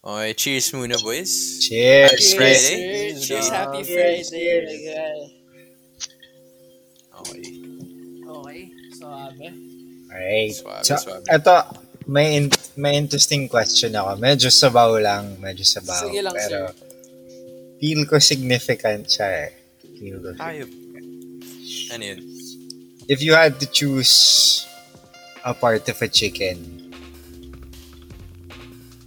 Okay, cheers muna boys. Cheers, Cheers, Freddy. eh? Cheers, Cheers, Jay. happy Friday. Cheers, Cheers. cheers. Okay, Okay, suabe. Alright. swabe, So, swabe. eto, may, in- may interesting question ako. Medyo sabaw lang, medyo sabaw. Sige lang, pero, feel ko significant siya eh. Feel ko. Tayo. Ano yun? If you had to choose a part of a chicken,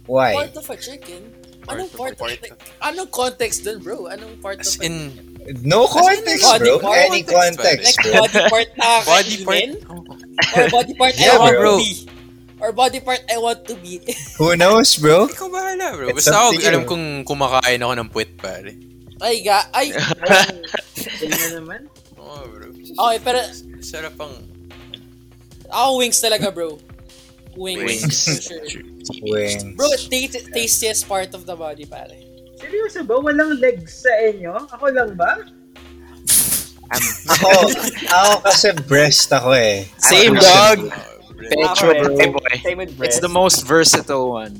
why? Part of a chicken? Part anong of- part? part like, anong context dun, bro? Anong part As of a- in, No context, Body bro. part? Any context, Like bro. body part na body part. kakainin? Or body part Yeah, I want bro. to be? Or body part I want to be? Who knows, bro? Ikaw bahala bro. It's Basta ako up to you. alam kong kumakain ako ng puwet pare. ay, ga, ay. naman. Oo bro. Okay, pero Sarap ang ako wings talaga, bro. Wings. Wings. Sure. Wings. Bro, t- tastiest part of the body, pare. Seryoso ba? Walang legs sa inyo? Ako lang ba? Ako, Oh, ako kasi breast ako eh. Same, Ako dog. kasi- Petro, bro. Same boy. Same with bread. It's the most versatile one.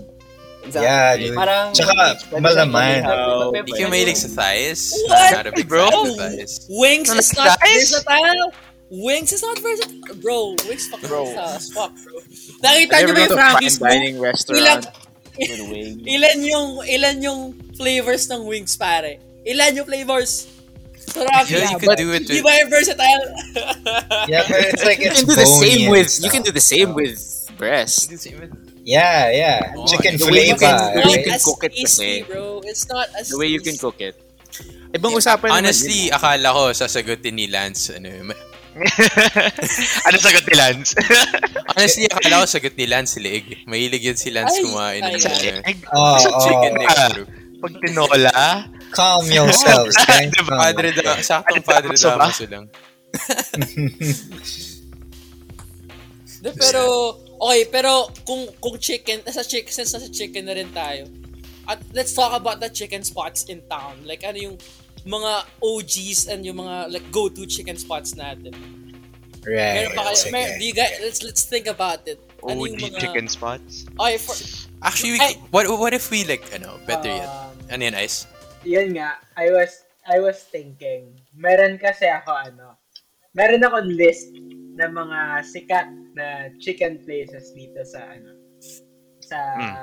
Yeah, dude. Parang Tsaka, malaman. Hindi ka mahilig sa thighs? What? Not a big Bro? fan of thighs. Wings Ano, is not guys? versatile. Wings is not versatile. Bro, wings fuck Bro. sa swap, bro. Nakita niyo ba yung Frankie's mo? dining Ilan, restaurant with wings? ilan yung, ilan yung flavors ng wings, pare? Ilan yung flavors? Sarap Yeah, yeah, you but could do it di with... ba yung versatile? Yeah, but it's like You it's can do the bony same and with you stuff. can do the same with breast. Yeah, yeah. Oh, Chicken the fillet way you pa. can- the way right? you can as cook it tasty, kasi. bro. It's not as The way you can tasty. cook it. Ibang usapan naman Honestly, eh. akala ko sasagutin ni Lance. Ano, yun. ano sagot ni Lance? honestly, akala ko sagot ni Lance leeg. Mahilig yun si Lance Ay, kumain ng ay, ano, ay. Oh, chicken oh. neck. bro. Pag tinola, Calm yourselves, guys. Diba, Calm Padre da, yourselves. saktong Padre padre Damaso da ba? lang. De, pero, okay, pero kung kung chicken, nasa chicken, since nasa chicken na rin tayo, at let's talk about the chicken spots in town. Like, ano yung mga OGs and yung mga like go-to chicken spots natin. Right, Meron pa kayo, Eh, sige. mer- do you guys, let's, let's think about it. Ano yung OD mga- chicken spots. Okay, for, Actually, we, Ay. Ah. what, what if we like, ano, better yet? Um, Ano yun, Ice? Yun nga, I was I was thinking, meron kasi ako ano, meron akong list ng mga sikat na chicken places dito sa ano, sa Hmm.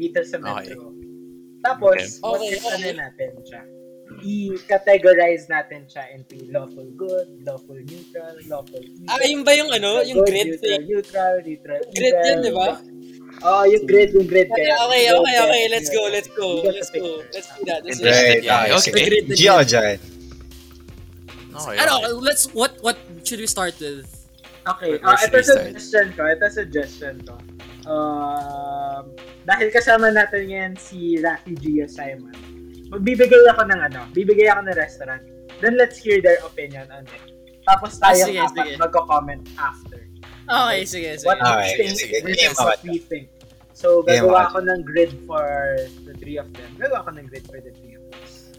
dito sa Metro. Tapos, Okay. what Okay, if ano okay. natin siya? I-categorize natin siya into lawful good, lawful neutral, lawful evil. ah, yun ba yung ano, yung good, grid neutral, thing? Neutral, neutral, Grid evil. yun, di ba? Oo, yung grid, yung grid. Okay, kaya- okay, grid okay, kaya- okay, let's go, let's go, You got the let's go. picture. Let's do that. Let's do that. Right, Yeah, okay, okay. sige. Great, Gio dyan. Okay, Ano, okay. let's, what, what should we start with? Okay, Or ah should ito we start? suggestion ko, ito suggestion ko. Um, dahil kasama natin ngayon si Rafi Gio Simon, magbibigay ako ng ano, bibigay ako ng restaurant. Then let's hear their opinion on it. Tapos Ah, tayo sige, sige. apat magko-comment after. Okay, sige, sige. What we Alright, think sige. versus Game ako. what we think. So, Game gagawa ako. ako ng grid for the three of them. Gagawa ako ng grid for the three of us.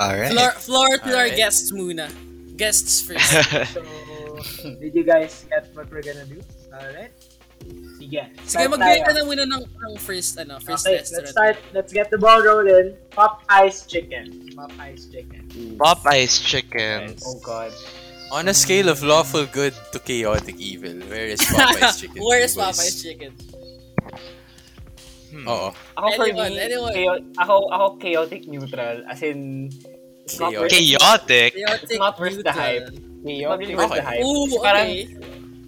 Alright. Floor, floor to our Alright. guests muna. Guests first. So, did you guys get what we're gonna do? Alright? Sige. Sige, start mag-bigay tayo. ka na muna ng, ng first, ano, first Okay, restaurant. let's start. Let's get the ball rolling. Popeye's chicken. Popeye's chicken. Popeye's chicken. Oh God. On a scale of lawful good to chaotic evil, where is Popeye's chicken? Where is boys? Popeye's chicken? Hmm. Oo. Ako for Anyone, me, anyone. chao- ako, ako chaotic neutral. As in, it's not worth- Chaotic. Chaotic not worth the neutral. hype. it's not really worth the hype. Ooh, Kasi parang, okay. Oh,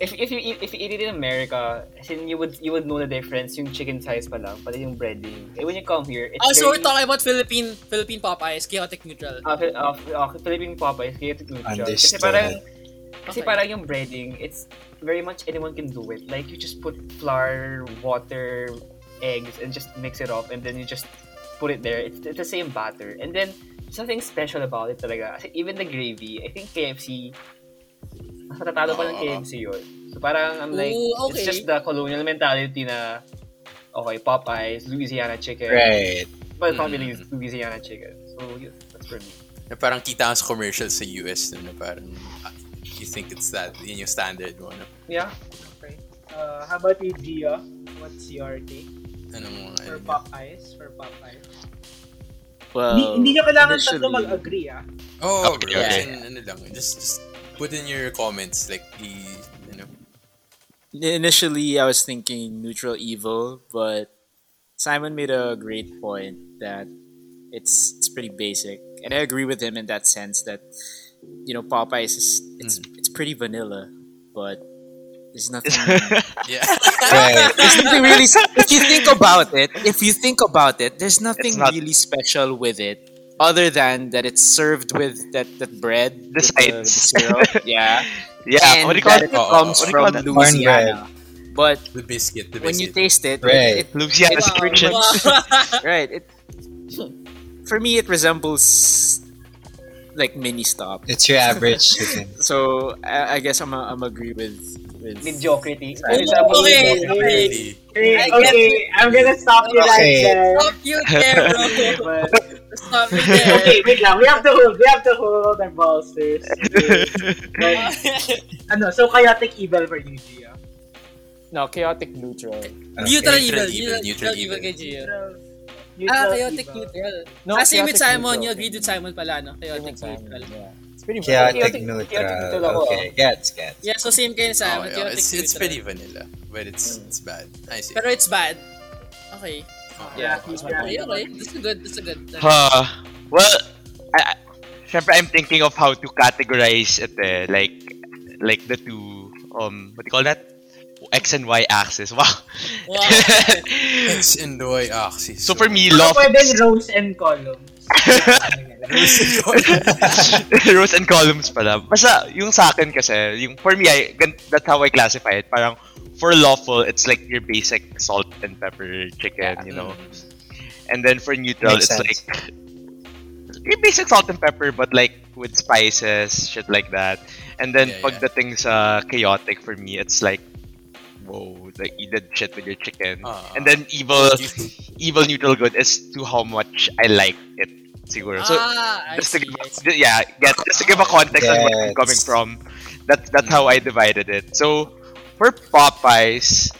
if, if, you eat, if you eat it in America, as in, you would, you would know the difference yung chicken size pa lang, pati yung breading. Eh, when you come here, it's Oh, so we're very, talking about Philippine Philippine Popeyes, chaotic neutral. uh, Phil- uh, Phil- uh, Philippine Popeyes, chaotic neutral. Kasi Understood. parang, kasi Okay. parang yung breading, it's very much anyone can do it. Like, you just put flour, water, eggs, and just mix it up, and then you just put it there. It's, it's the same batter. And then, something special about it talaga. Kasi even the gravy, I think KFC, mas natatalo pa ng Ah. KFC yun. So parang, I'm like, Ooh, okay. it's just the colonial mentality na, okay, Popeyes, Louisiana chicken. Right. But it's not Mm-hmm. really Mm. Louisiana chicken. So, yeah, that's for me. Na parang kita ang commercial sa US na, na parang ah, you think it's that, yun yung standard mo. No? Yeah. Okay. Uh, how about you, Gio? What's your take? Anong mga For ano? Popeyes, for Popeyes. Um, Well, hindi, hindi nyo kailangan tatlo initially- mag-agree ah. Oh, Okay, yeah, okay. and ano lang. Just, just put in your comments like the, ano, you know. Initially, I was thinking neutral evil, but Simon made a great point that it's it's pretty basic, and I agree with him in that sense that you know Popeyes is it's Hmm. it's pretty vanilla, but there's nothing. Yeah. Right. there's nothing really. If you think about it, if you think about it, there's nothing It's not- really special with it, other than that it's served with that that bread, with the, the sides. syrup, yeah, yeah, and what do you call that it it? comes What do you call from that? Louisiana. But the biscuit. The when you biscuit. taste it, Right. it, Louisiana Wow. Sturgeon. it- right, it for me it resembles like mini stop. It's your average chicken. So I, I guess I'm a, I'm agree with with Mediocrity. Oh, Ano sabi mo? okay. Really. Okay, I get okay, I'm gonna stop you right Okay. there. Stop you there, bro. But, Stop you there. okay, wait lang. We have to hold. We have to hold our bolsters. Okay. But, ano, so chaotic evil for you, Gio. No, chaotic neutral. Neutral Neutral evil. evil, neutral Neutral neutral evil evil. kay Gio. Neutral Ah, chaotic evil. neutral. No, ah, same with chaotic Simon. neutral. You agreed with Simon pala, no? Same Chaotic with Simon, neutral. yeah. It's pretty Chaotic neutral neutral. ako, ah. Okay, gets, gets. Yeah, so same kayo ni Oh, Simon. yeah, chaotic It's, it's neutral. pretty vanilla, but it's it's bad. I see. Hmm. Pero it's bad. Okay. Oh, Yeah, oh, yeah. Okay, okay. That's a good. That's a good. Huh. Well, I, I, syempre I'm thinking of how to categorize it eh. Like, like the two, um, what do you call that? X and Y axis. Wow. Wow. X and Y axis. so for me, Ano love... pwedeng rows and columns? rows and columns pala. Basta, yung sa akin kasi, yung for me, I, gan- that's how I classify it. Parang, for lawful, it's like your basic salt and pepper chicken, you know. And then for neutral, Makes it's sense. like your basic salt and pepper, but like with spices, shit like that. And then Yeah, pagdating sa chaotic for me, it's like, whoa, like you did shit with your chicken. Ah, and then evil, Do you- evil neutral good is to how much I like it, siguro. So ah, I just to see. give, I see. ju- yeah, get, just to give a context on where I'm Gets. coming from. That's that's how I divided it. So for Popeyes,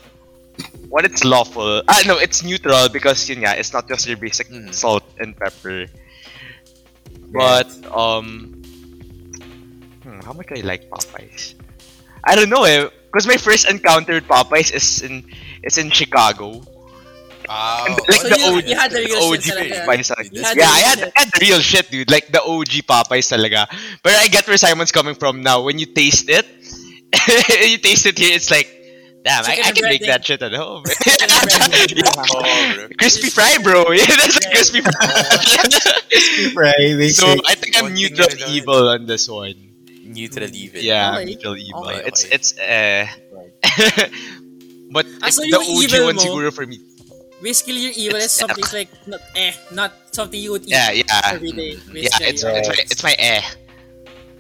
when it's lawful, ah no, it's neutral because yun nga, it's not just your basic Mm. salt and pepper. But um, hmm, how much I like Popeyes? I don't know eh, because my first encounter with Popeyes is in is in Chicago. Wow. Like So the you- OG, you had the real OG shit talaga. Popeyes talaga. You had the yeah, I real had, shit. I had the real shit, dude. Like the OG Popeyes talaga. But I get where Simon's coming from now. When you taste it, you taste it here, it's like, damn, I, Chicken I and can make breading. that shit at home. Oh, bro. crispy fry, bro. Yeah, that's a crispy fry. Right, so basic. I think I'm One thing neutral I don't- evil on this one. neutral evil. Yeah, Okay. neutral evil. Okay, It's okay. it's uh, but Ah, so the yung evil OG one mo- siguro for me. Basically, your evil is It's- something like not eh, not something you would eat Yeah, yeah. Mm. every day. Yeah, Basically, it's, it's my it's my eh.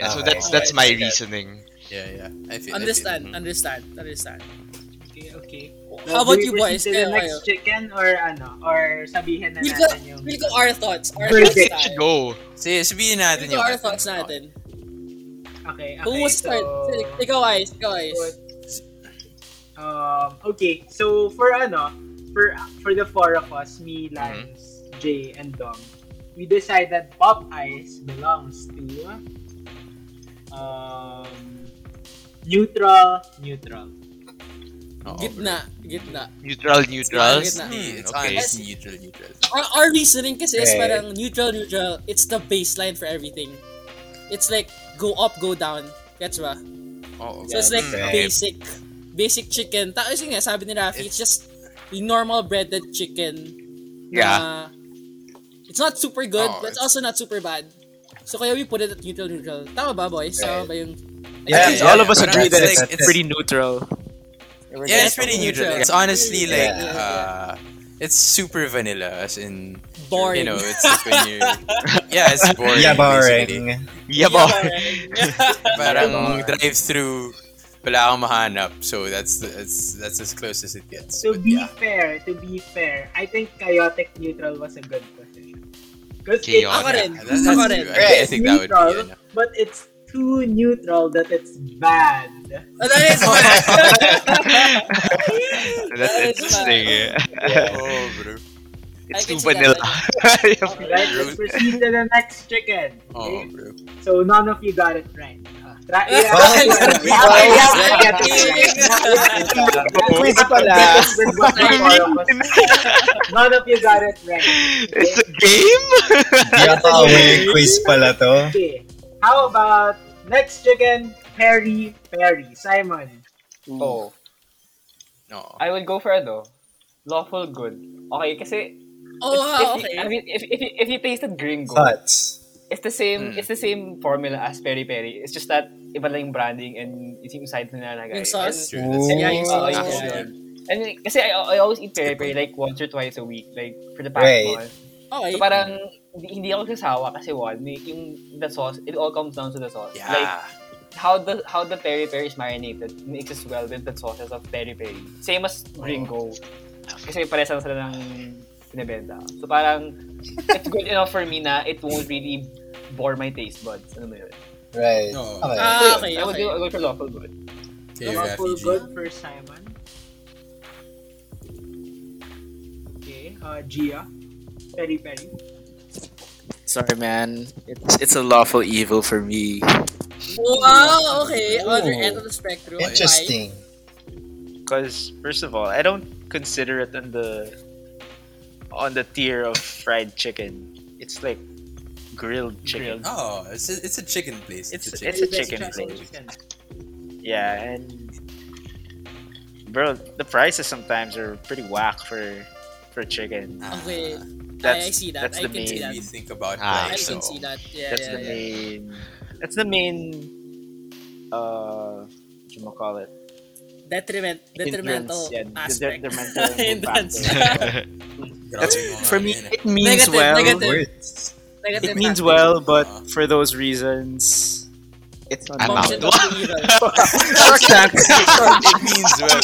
Yeah, so Okay. that's that's my Okay. reasoning. Yeah, yeah. I feel I feel- understand, Mm. understand, understand. Okay, okay. How about you boys? To the Kayo, next chicken or ano? Or sabihin na Feel ko- natin yung... Feel ko our thoughts, our Verdict. thoughts Should tayo. go. Sige, sabihin natin Feel ko yung our thoughts natin. Okay, okay. Who wants to start? so- Ikaw, Ice. Ikaw, Ice. Um, okay, so for ano, for for the four of us, me, Lance, Mm-hmm. Jay, and Dom, we decided Popeyes belongs to um, neutral, neutral. Oo, bro. Gitna. Gitna. Neutral, neutral. It's Hmm, Hmm, it's okay. honest neutral, neutral. Our, our reasoning kasi is Right. parang neutral, neutral. It's the baseline for everything. It's like go up, go down. Gets ba? Oo, So it's like Right. basic. Basic chicken. Ta yun nga, sabi ni Rafi, it's just yung normal breaded chicken. Yeah. na- it's not super good, Oh, but it's it's- also not super bad. So kaya we put it at neutral, neutral. Tama ba, boys? Tama ba yung... Yeah, I think yeah, all of us but it's agree that it's, like- it's- pretty neutral. Yeah, it's pretty neutral. It's honestly Yeah. like uh, it's super vanilla, as in you Boring. know, it's like when you're yeah, it's boring. Yeah, basically. boring. Yeah, boy. Parang drive-through, wala akong mahanap. So that's the, that's that's as close as it gets. To But be yeah. fair, to be fair, I think chaotic neutral was a good position. Ako Because Chaotic. rin. Yeah, that- Ako that's rin. true. I, I think that would be enough. but it's too neutral that it's bad. Oh, that is bad. That's That is interesting. eh. Oh, I It's can too see that, vanilla. Alright, let's proceed to the next chicken. Oh, Okay? bro. So none of you got it right. Uh, try it Wow. Quiz pala. None of you got it right. it's a game? Di ako aware quiz pala to. Okay. How about next chicken, Perry, Perry, Simon. Oh. No. I will go for ano, lawful good. Okay, kasi Oh, Ah, if, wow, if, okay. I mean, if, if, if you tasted gringo, Thoughts? it's the Mm. same it's the same formula as peri peri. It's just that iba lang yung branding and it's yung side na nilalagay. Yung sauce. True, that's- And, yeah, yung sauce. Ah, Oh, yeah. yeah. And kasi I, I always eat peri peri like once or twice a week, like for the past Wait. month. Okay. So parang hindi- hindi ako sasawa kasi one, may- yung the sauce, it all comes down to the sauce. Like Yeah. how the how the peri peri is marinated mixes well with the sauces of peri peri. Same as gringo. Kasi parehas lang sila ng pinibenta. So parang it's good enough for me na it won't really bore my taste buds. Ano mo yun? Right. No. Okay. Ah, okay, I would okay. go, I would go for lawful good. Okay, Not full refugee. good for Simon. Okay, uh, Gia, Perry, Perry. Sorry, man. It's it's a lawful evil for me. Wow, okay. Other Ooh. end of the spectrum. Interesting. Because first of all, I don't consider it on the on the tier of fried chicken. It's like grilled chicken. Oh, it's a, it's a chicken place. It's, It's- a chicken. it's- a chicken place. Yeah, and bro, the prices sometimes are pretty whack for for chicken. Ah, Okay. That's, I see that. That's the I can main. see that. we think about Ah. like, I can so- see that. Yeah, That's yeah, the yeah. main. That's the main. Uh, what you call it? Detriment, detrimental Hindrance, yeah, the- aspect. detrimental Hindrance. factor. Grabe mga For me, yan, eh. it means Negative, well. negative. Words. Negative It means factor. well, but for those reasons, it's not I'm Function lawful. of the evil. it means well.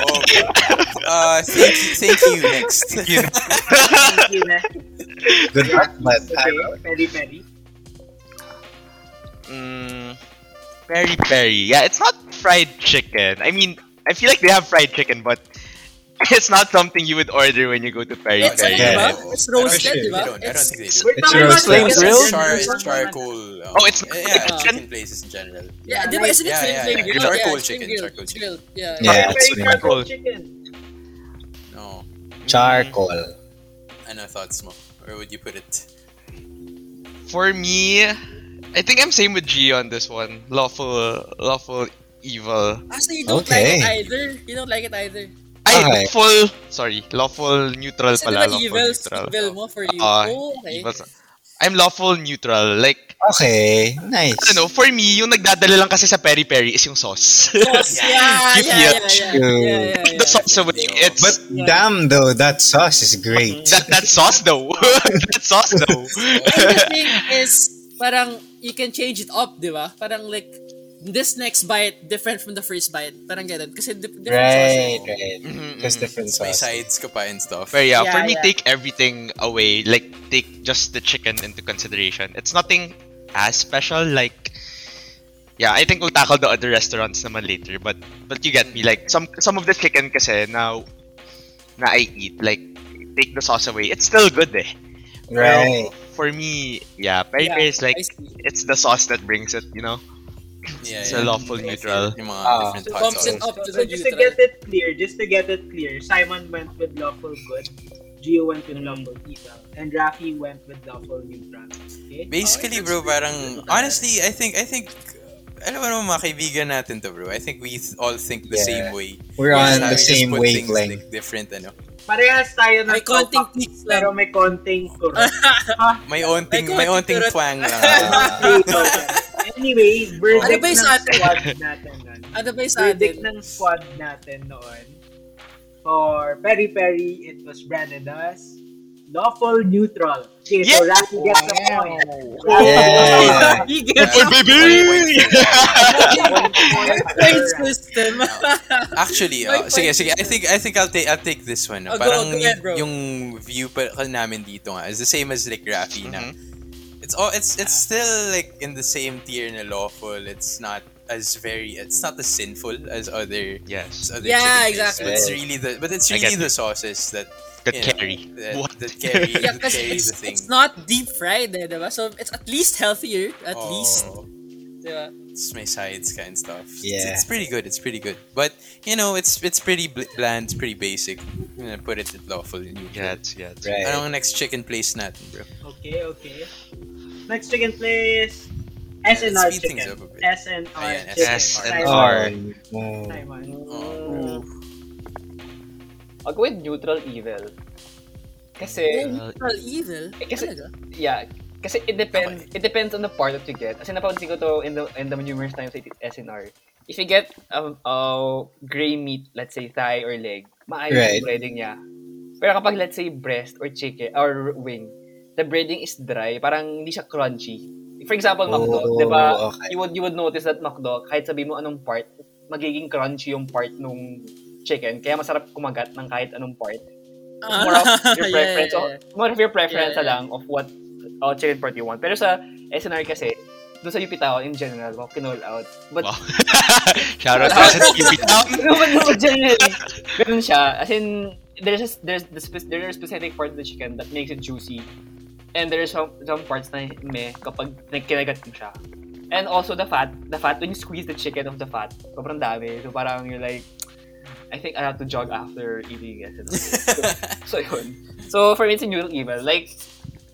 Oh, uh, thank you, thank you. Next. Thank you, na. Good luck, but uh, I Okay, Perry, Perry. Mm, peri peri. Yeah, it's not fried chicken. I mean, I feel like they have fried chicken, but it's not something you would order when you go to peri It's ano, peri. diba? Yeah. It's I roasted, don't- They diba? don't, I don't It's- think they do. We're It's talking your about flame chicken grilled? places. Char, it's We're talking about- charcoal. um, Oh, it's not yeah, chicken? chicken places in general. Yeah, Yeah, diba? Isn't it yeah, flame yeah, flame yeah. grilled? Charcoal Yeah, it's chicken, grilled, charcoal it's chicken. grilled, Yeah. Yeah. Perry, that's Perry, what I charcoal meant. chicken. No. charcoal. Ano thoughts mo? Where would you put it? For me, I think I'm same with G on this one. Lawful, lawful evil. Ah, so you don't Okay. like it either? You don't like it either? Ay, Okay. lawful. Sorry, lawful neutral Kasi pala. diba Lawful evil, neutral. evil mo for you? Ah, oh, okay. Evil. I'm lawful neutral. Like, Okay. Nice. I don't know, for me, yung nagdadala lang kasi sa peri-peri is yung sauce. Sauce, yeah, You yeah, yeah, feel- yeah, yeah, yeah, yeah, the sauce away. It's, But damn though, that sauce is great. that, that sauce though. that sauce though. And the thing is, parang you can change it up, di ba? Parang like, this next bite, different from the first bite. Parang ganun. Kasi di- different Right, sauce. eh? right. Mhm, Just mhm. different Mm, May sauce. sides ka pa and stuff. But yeah, for Yeah, me, yeah. take everything away. Like, take just the chicken into consideration. It's nothing as special. Like, yeah, I think we'll tackle the other restaurants naman later. But but you get me. Like, some some of the chicken kasi now na I eat, like, take the sauce away. It's still good eh. Right. For me, yeah, peri peri is like, I see. it's the sauce that brings it, you know? Yeah, It's yeah. a lawful neutral. Yung mga Ah. different So hot bumps it sauce. up to So the just to neutral. get it clear, just to get it clear, Simon went with lawful good, Gio went with lawful evil, and Rafi went with lawful neutral. Oh, Okay? Basically, bro, parang honestly, I think I think alam mo naman mga kaibigan natin to, bro. I think we th- all think the Yeah. same way. We're Yeah, on Sabi, the just same put things, wavelength. like, different ano. Parehas tayo ng May konting topak, tweaks lang. pero may konting kurot. May onting May may onting konting turot. twang lang. anyway, verdict Ano ba yung ng sa atin? squad natin nun. Ano ba yung sa Verdict atin? ng squad natin noon. For Peri Peri, it was branded as lawful neutral. Okay, so Yeah! Rafi gets the point. Yeah. You get For baby! One point the for point Rafi. system. Actually, uh, May sige, point sige. I think I think I'll take I'll take this one. Oh, go, parang go ahead, bro. y- yung view pa ka namin dito nga is the same as like Mm-hmm. Rafi na. It's all it's it's still like in the same tier na lawful. It's not as very. It's not as sinful as other. Yes. as other Yeah, chicken places, But it's exactly. really the. But it's I really get the sauces that That you know, carry. That, What? that carry. yeah, Yeah, Yeah, that kasi carry it's, the thing. it's not deep fried eh, diba? So it's at least healthier, at Oh, least, diba? It's my sides kind of stuff. It's- Yeah. It's, pretty good. It's pretty good. But you know, it's it's pretty bl- bland. It's pretty basic. I'm gonna put it at lawful. and neutral. Yes, yes. Right. Ano ang next chicken place natin, bro? Okay, okay. Next chicken place. SNR speed things up chicken. a bit. SNR Ayan, chicken. SNR. Or, Taiwan. oh, Taiwan. Mm. Oh, I'll go with neutral evil. Kasi, Well, evil. Eh, kasi- talaga. yeah, kasi it depends it depends on the part that you get. Kasi napansin ko to in the in the numerous times sa SNR. If you get um uh, gray meat, let's say thigh or leg, maayos Right. yung breading niya. Pero kapag let's say breast or chicken or wing, the breading is dry, parang hindi siya crunchy. For example, McDo, Oh, 'di ba? okay. You would you would notice that McDo, kahit sabi mo anong part, magiging crunchy yung part nung chicken. Kaya masarap kumagat ng kahit anong part. It's more of Ah. your Yeah, preference. yeah, o- yeah. more of your preference Yeah, yeah. lang of what uh, chicken part you want. Pero sa SNR kasi, doon sa Yupitao in general, wow, kinall out. But, Wow. Shout out to SNP Town. no, but, no, but generally, ganun siya. As in, there's, just, there's the spe- there are specific parts of the chicken that makes it juicy. And there are some, some parts na meh kapag nagkinagat mo siya. And also the fat, the fat, when you squeeze the chicken of the fat, sobrang dami. So parang you're like, I think I have to jog after eating it. So, so yun. So for me, it's a noodle evil. Like,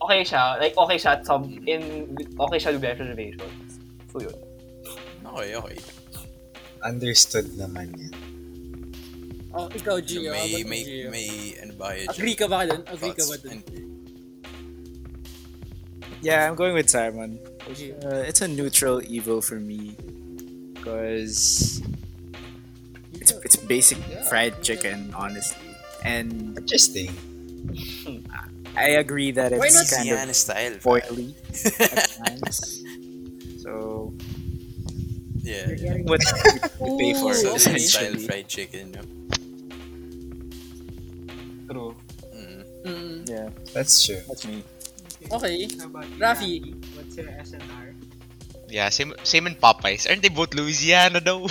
okay siya. Like, okay siya at some, in, okay siya with reservation. So yun. okay, okay. understood naman yan. Oh, ikaw, So, Gio. may, May, may, may, ano ba kayo? Jim? Agree ka ba dun? Agree ka Thoughts? ba dun? Yeah, I'm going with Simon. Oh, Gio. Uh, it's a neutral evil for me, cause it's it's basic fried chicken, honestly. And Interesting. I agree that Why it's not kind Sienna of style. foily at times. So yeah. yeah. what you pay for Oh, So, Sienna style essentially. fried chicken, no? True. Mm. Mm, Yeah, That's true. that's me. okay. How about you, Rafi. Rafi? What's your SNR? Yeah, same same in Popeyes. Aren't they both Louisiana though?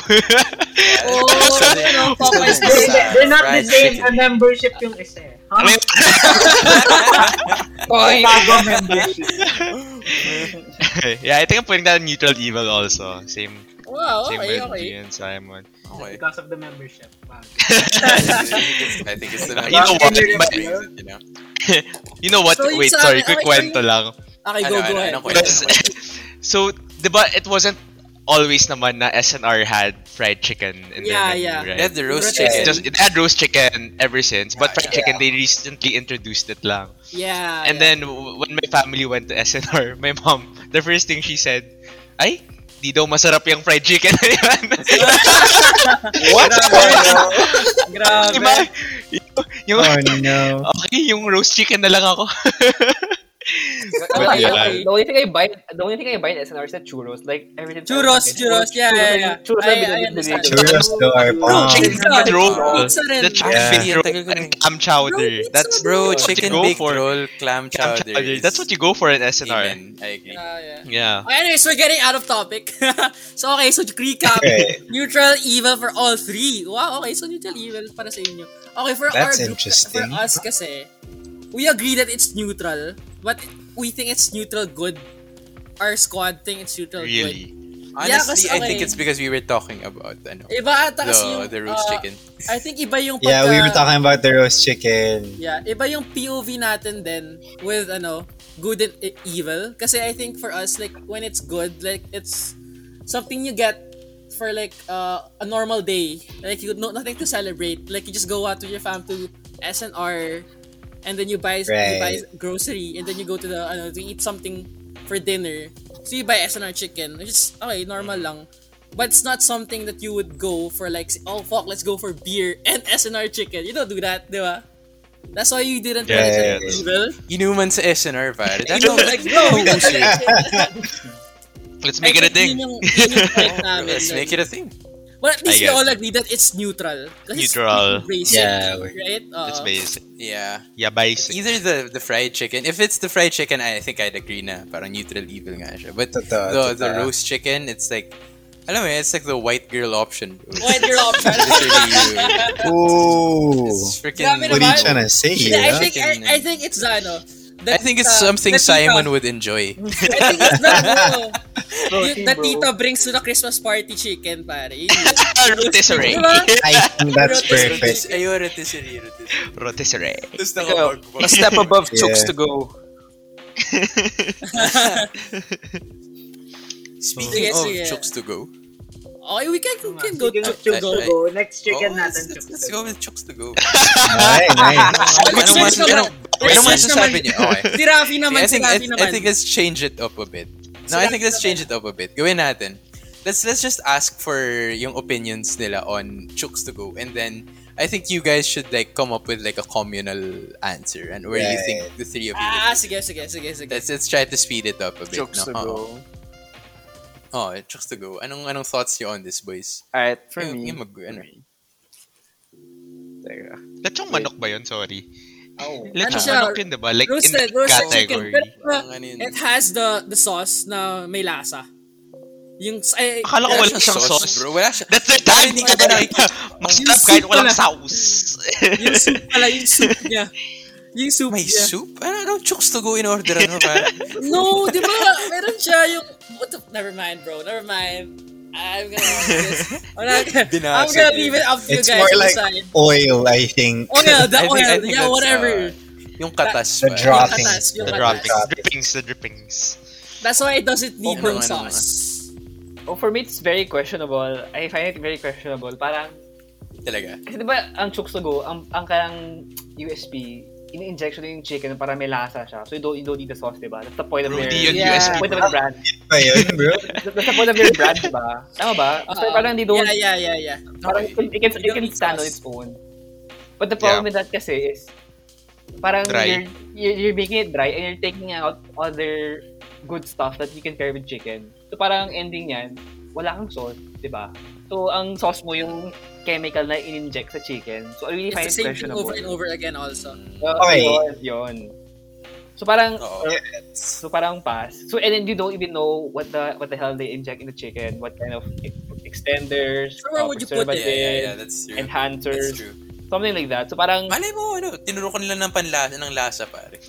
Oh, no, Popeyes. Yes, They're, uh, they're not the fried same chicken. na membership yung isa eh. Huh? Ano yun? Bago membership. yeah, I think I'm putting that in neutral evil also. Same Wow, same Oh, okay, with okay. G and Simon. Okay. Because of the membership. Wow. I think it's the You know what? But, But- you know? You know what? So, yung Wait, sa- sorry, okay, quick kwento lang. Okay, Ano, go, ano, go ano, ahead. kwento, Because- ano, kwento? So, di ba, it wasn't always naman na SNR had fried chicken in Yeah, their menu, yeah. They right? have the roast Roast chicken. It's just, it had roast chicken ever since, but Yeah, fried chicken, they recently introduced it lang. Yeah. And yeah. then, w- when my family went to SNR, my mom, the first thing she said, ay, di daw masarap yung fried chicken na yan." What? Grabe. Diba? Yung, Oh no. okay, yung roast chicken na lang ako. But Okay, yeah. okay. The only thing I buy, the only thing I buy in SNR is the churros. Like everything. Churros, churros, yeah, yeah, yeah. Churros, I- I I, understand. Churros do are Bro, bomb. chicken Chicken baked roll. roll. Pizza rin. The chicken Yeah. baked roll Tagal ko rin. and clam chowder. Bro, That's Bro, what you chicken go baked for. roll, clam Clam chowder. chowder. is- That's what you go for in SNR. Amen. I agree. Yeah, yeah. Yeah. Okay, anyways, we're getting out of topic. so, okay, so to recap, Okay. neutral evil for all three. Wow, okay, so neutral evil para sa inyo. Okay, for That's our group, interesting. for us kasi, we agree that it's neutral, but we think it's neutral good. Our squad think it's neutral good. Really. Yeah, Honestly, kasi I think okay. it's because we were talking about ano, Iba ata kasi the, yung, the roast uh, chicken. I think iba yung Yeah, we were pagka- talking about the roast chicken. Yeah, iba yung POV natin then with ano, good and e- evil kasi I think for us like when it's good like it's something you get for like uh, a normal day. Like you no nothing to celebrate. Like you just go out with your fam to SNR and then you buy you buy Right. grocery and then you go to the ano to eat something for dinner. So you buy SNR chicken, which is okay, normal lang. But it's not something that you would go for like oh fuck, let's go for beer and SNR chicken. You don't do that, di ba? That's why you didn't Yeah, mention yeah, yeah. evil. Inuman sa SNR, pare. That's You know, what- like no, we don't do that shit. Let's make it a thing. Yun yung- yun yung point namin, Let's like- make it a thing. Well, at least I we guess. all agree that it's neutral. Kasi it's Neutral. Basic, Yeah, we- right? Uh, It's basic. Yeah. Yeah, basic. Either the the fried chicken. If it's the fried chicken, I think I'd agree na parang neutral evil nga siya. But the the Totoo, totoo. roast chicken, it's like Alam mo, it's like the white girl option. dude. White girl option. Literally, uh, Ooh. it's freaking. Grabe What are you naman. trying to say here? I ah? think I, I think it's that, ano. I think it's uh, something Simon would enjoy. I think it's that, ano. Yung, the tita brings to the Christmas party chicken, pare. Yun yun. Ah, rotisserie. Diba? I think that's perfect. Ayun, rotisserie, rotisserie. rotisserie. Tapos A step above Yeah. chooks to go. Speaking Sige, of sige. chooks to go. Okay, we can, we can go to... Sige, chooks to to go. Next chicken Oh, natin, let's- chooks Let's to go with chooks to go. Ay, nice. Ano mas- Research naman. ano- ano mas Research naman. sasabi niya? Okay. Si Rafi naman, Oh, I si think I, Rafi naman. I think let's change it up a bit. No, I think let's change it up a bit. Gawin natin. Let's let's just ask for yung opinions nila on chooks to go and then I think you guys should like come up with like a communal answer and where you think the three of you. Ah, sige, sige, sige, sige. Let's let's try to speed it up a bit. Jokes no? to Oo. go. Oh, chooks to go. Anong anong thoughts you on this, boys? Alright, for Yung- me. yung mag- ano. Teka. Lechong manok ba yun? Sorry. Oh. Ano Lechong siya? manok yun, diba? Like, Roasted, in that roasted category. chicken. Pero Ang ano yun? uh, it has the the sauce na may lasa. Yung ay, Akala ko wala siyang sauce. bro. Wala siya. That's the time! Hindi ka ba nakikita? Masarap Yung kahit soup walang pala. sauce. yung soup pala, yung soup niya. Yung soup May niya. soup? Ano, anong chooks to go in order? Ano ba? No, di ba? Meron siya yung... What the, never mind, bro. Never mind. I'm gonna leave this. I'm, not, I'm Binasag gonna yun. leave it up to you It's guys more to like decide. oil, I think. Oil, the I think- oil. I think yeah, that's, whatever. uh, yung katas The ba? drop. Yung katas, droppings. yung The katas. droppings. Droppings. Drippings, the drippings. That's why it doesn't need Ano, ano, yung ano. sauce. Oh, for me, it's very questionable. I find it very questionable. Parang, Talaga. kasi di ba, ang chooks to go, ang, ang kayang USP, ini-injection yung chicken para may lasa siya. So you don't, you don't need the sauce, di ba? That's the point of Bro, their, di yun Yeah. USP. point of their brand. Ba yun, bro? That's the point of their brand, di ba? Tama ba? So Uh-uh. parang they don't, Yeah, yeah, yeah, yeah. Parang it, it can, You it don't can need stand on sauce. its own. But the problem Yeah. with that kasi is, parang Dry. You're, you're, you're making it dry and you're taking out other good stuff that you can pair with chicken. So parang ending niyan, wala kang sauce, di ba? So ang sauce mo yung chemical na in-inject sa chicken. So I really It's the find it same thing questionable. over and over again also. Uh, Okay. Yun, yun. So parang, Oo. Oh. so parang pass. So and then you don't even know what the what the hell they inject in the chicken, what kind of ex- extenders, So where uh, would you put Yeah, yeah, it? yeah, preservatives, that's true. That's enhancers, true. something like that. So parang Malay mo, ano, tinuro ko nila ng panlasa, ng lasa, pare.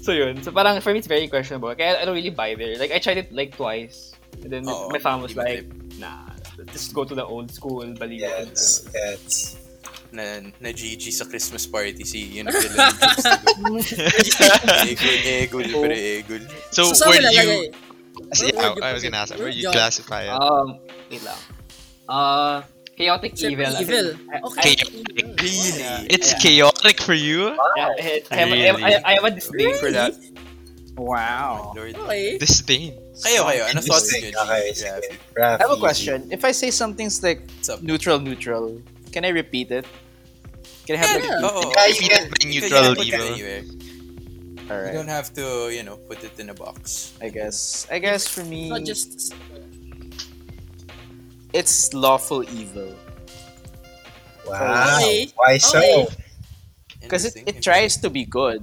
so yun. So parang for me it's very questionable. Kaya I don't really buy there. Like I tried it like twice. And then Oo, my fam was iba like, nah, just go to the old school baliwan. Yes, yes. na, na GG sa Christmas party si yun ang dala ng chooks to go. Egul, egul, pre, egul. So, saan where do nilalagay? you... Kasi, Where I, would you I was put it? gonna ask, where Where you would you- classify it? Um, wait lang. Uh, chaotic Siyempre, evil. as in- evil. I- Okay. Chaotic. Uh, Really? It's chaotic for you? Yeah, it's- I, have, I, have, I, have, I have a disdain For that, Wow. Lord. Okay. Disdain. Kayo, kayo, ano thoughts nyo? Interesting. Okay, G? sige. Grabe. I have a Grabe. question. If I say something's like What's up? neutral, neutral, can I repeat it? Can I have Yeah. like, Oo. Yeah, you Repeat it You by can neutral put it evil. anywhere. You Alright. don't have to, you know, put it in a box. I guess. I guess for me, Not just... it's lawful evil. Wow. Okay. Why so? Okay. Because it, Interesting, it tries to be good.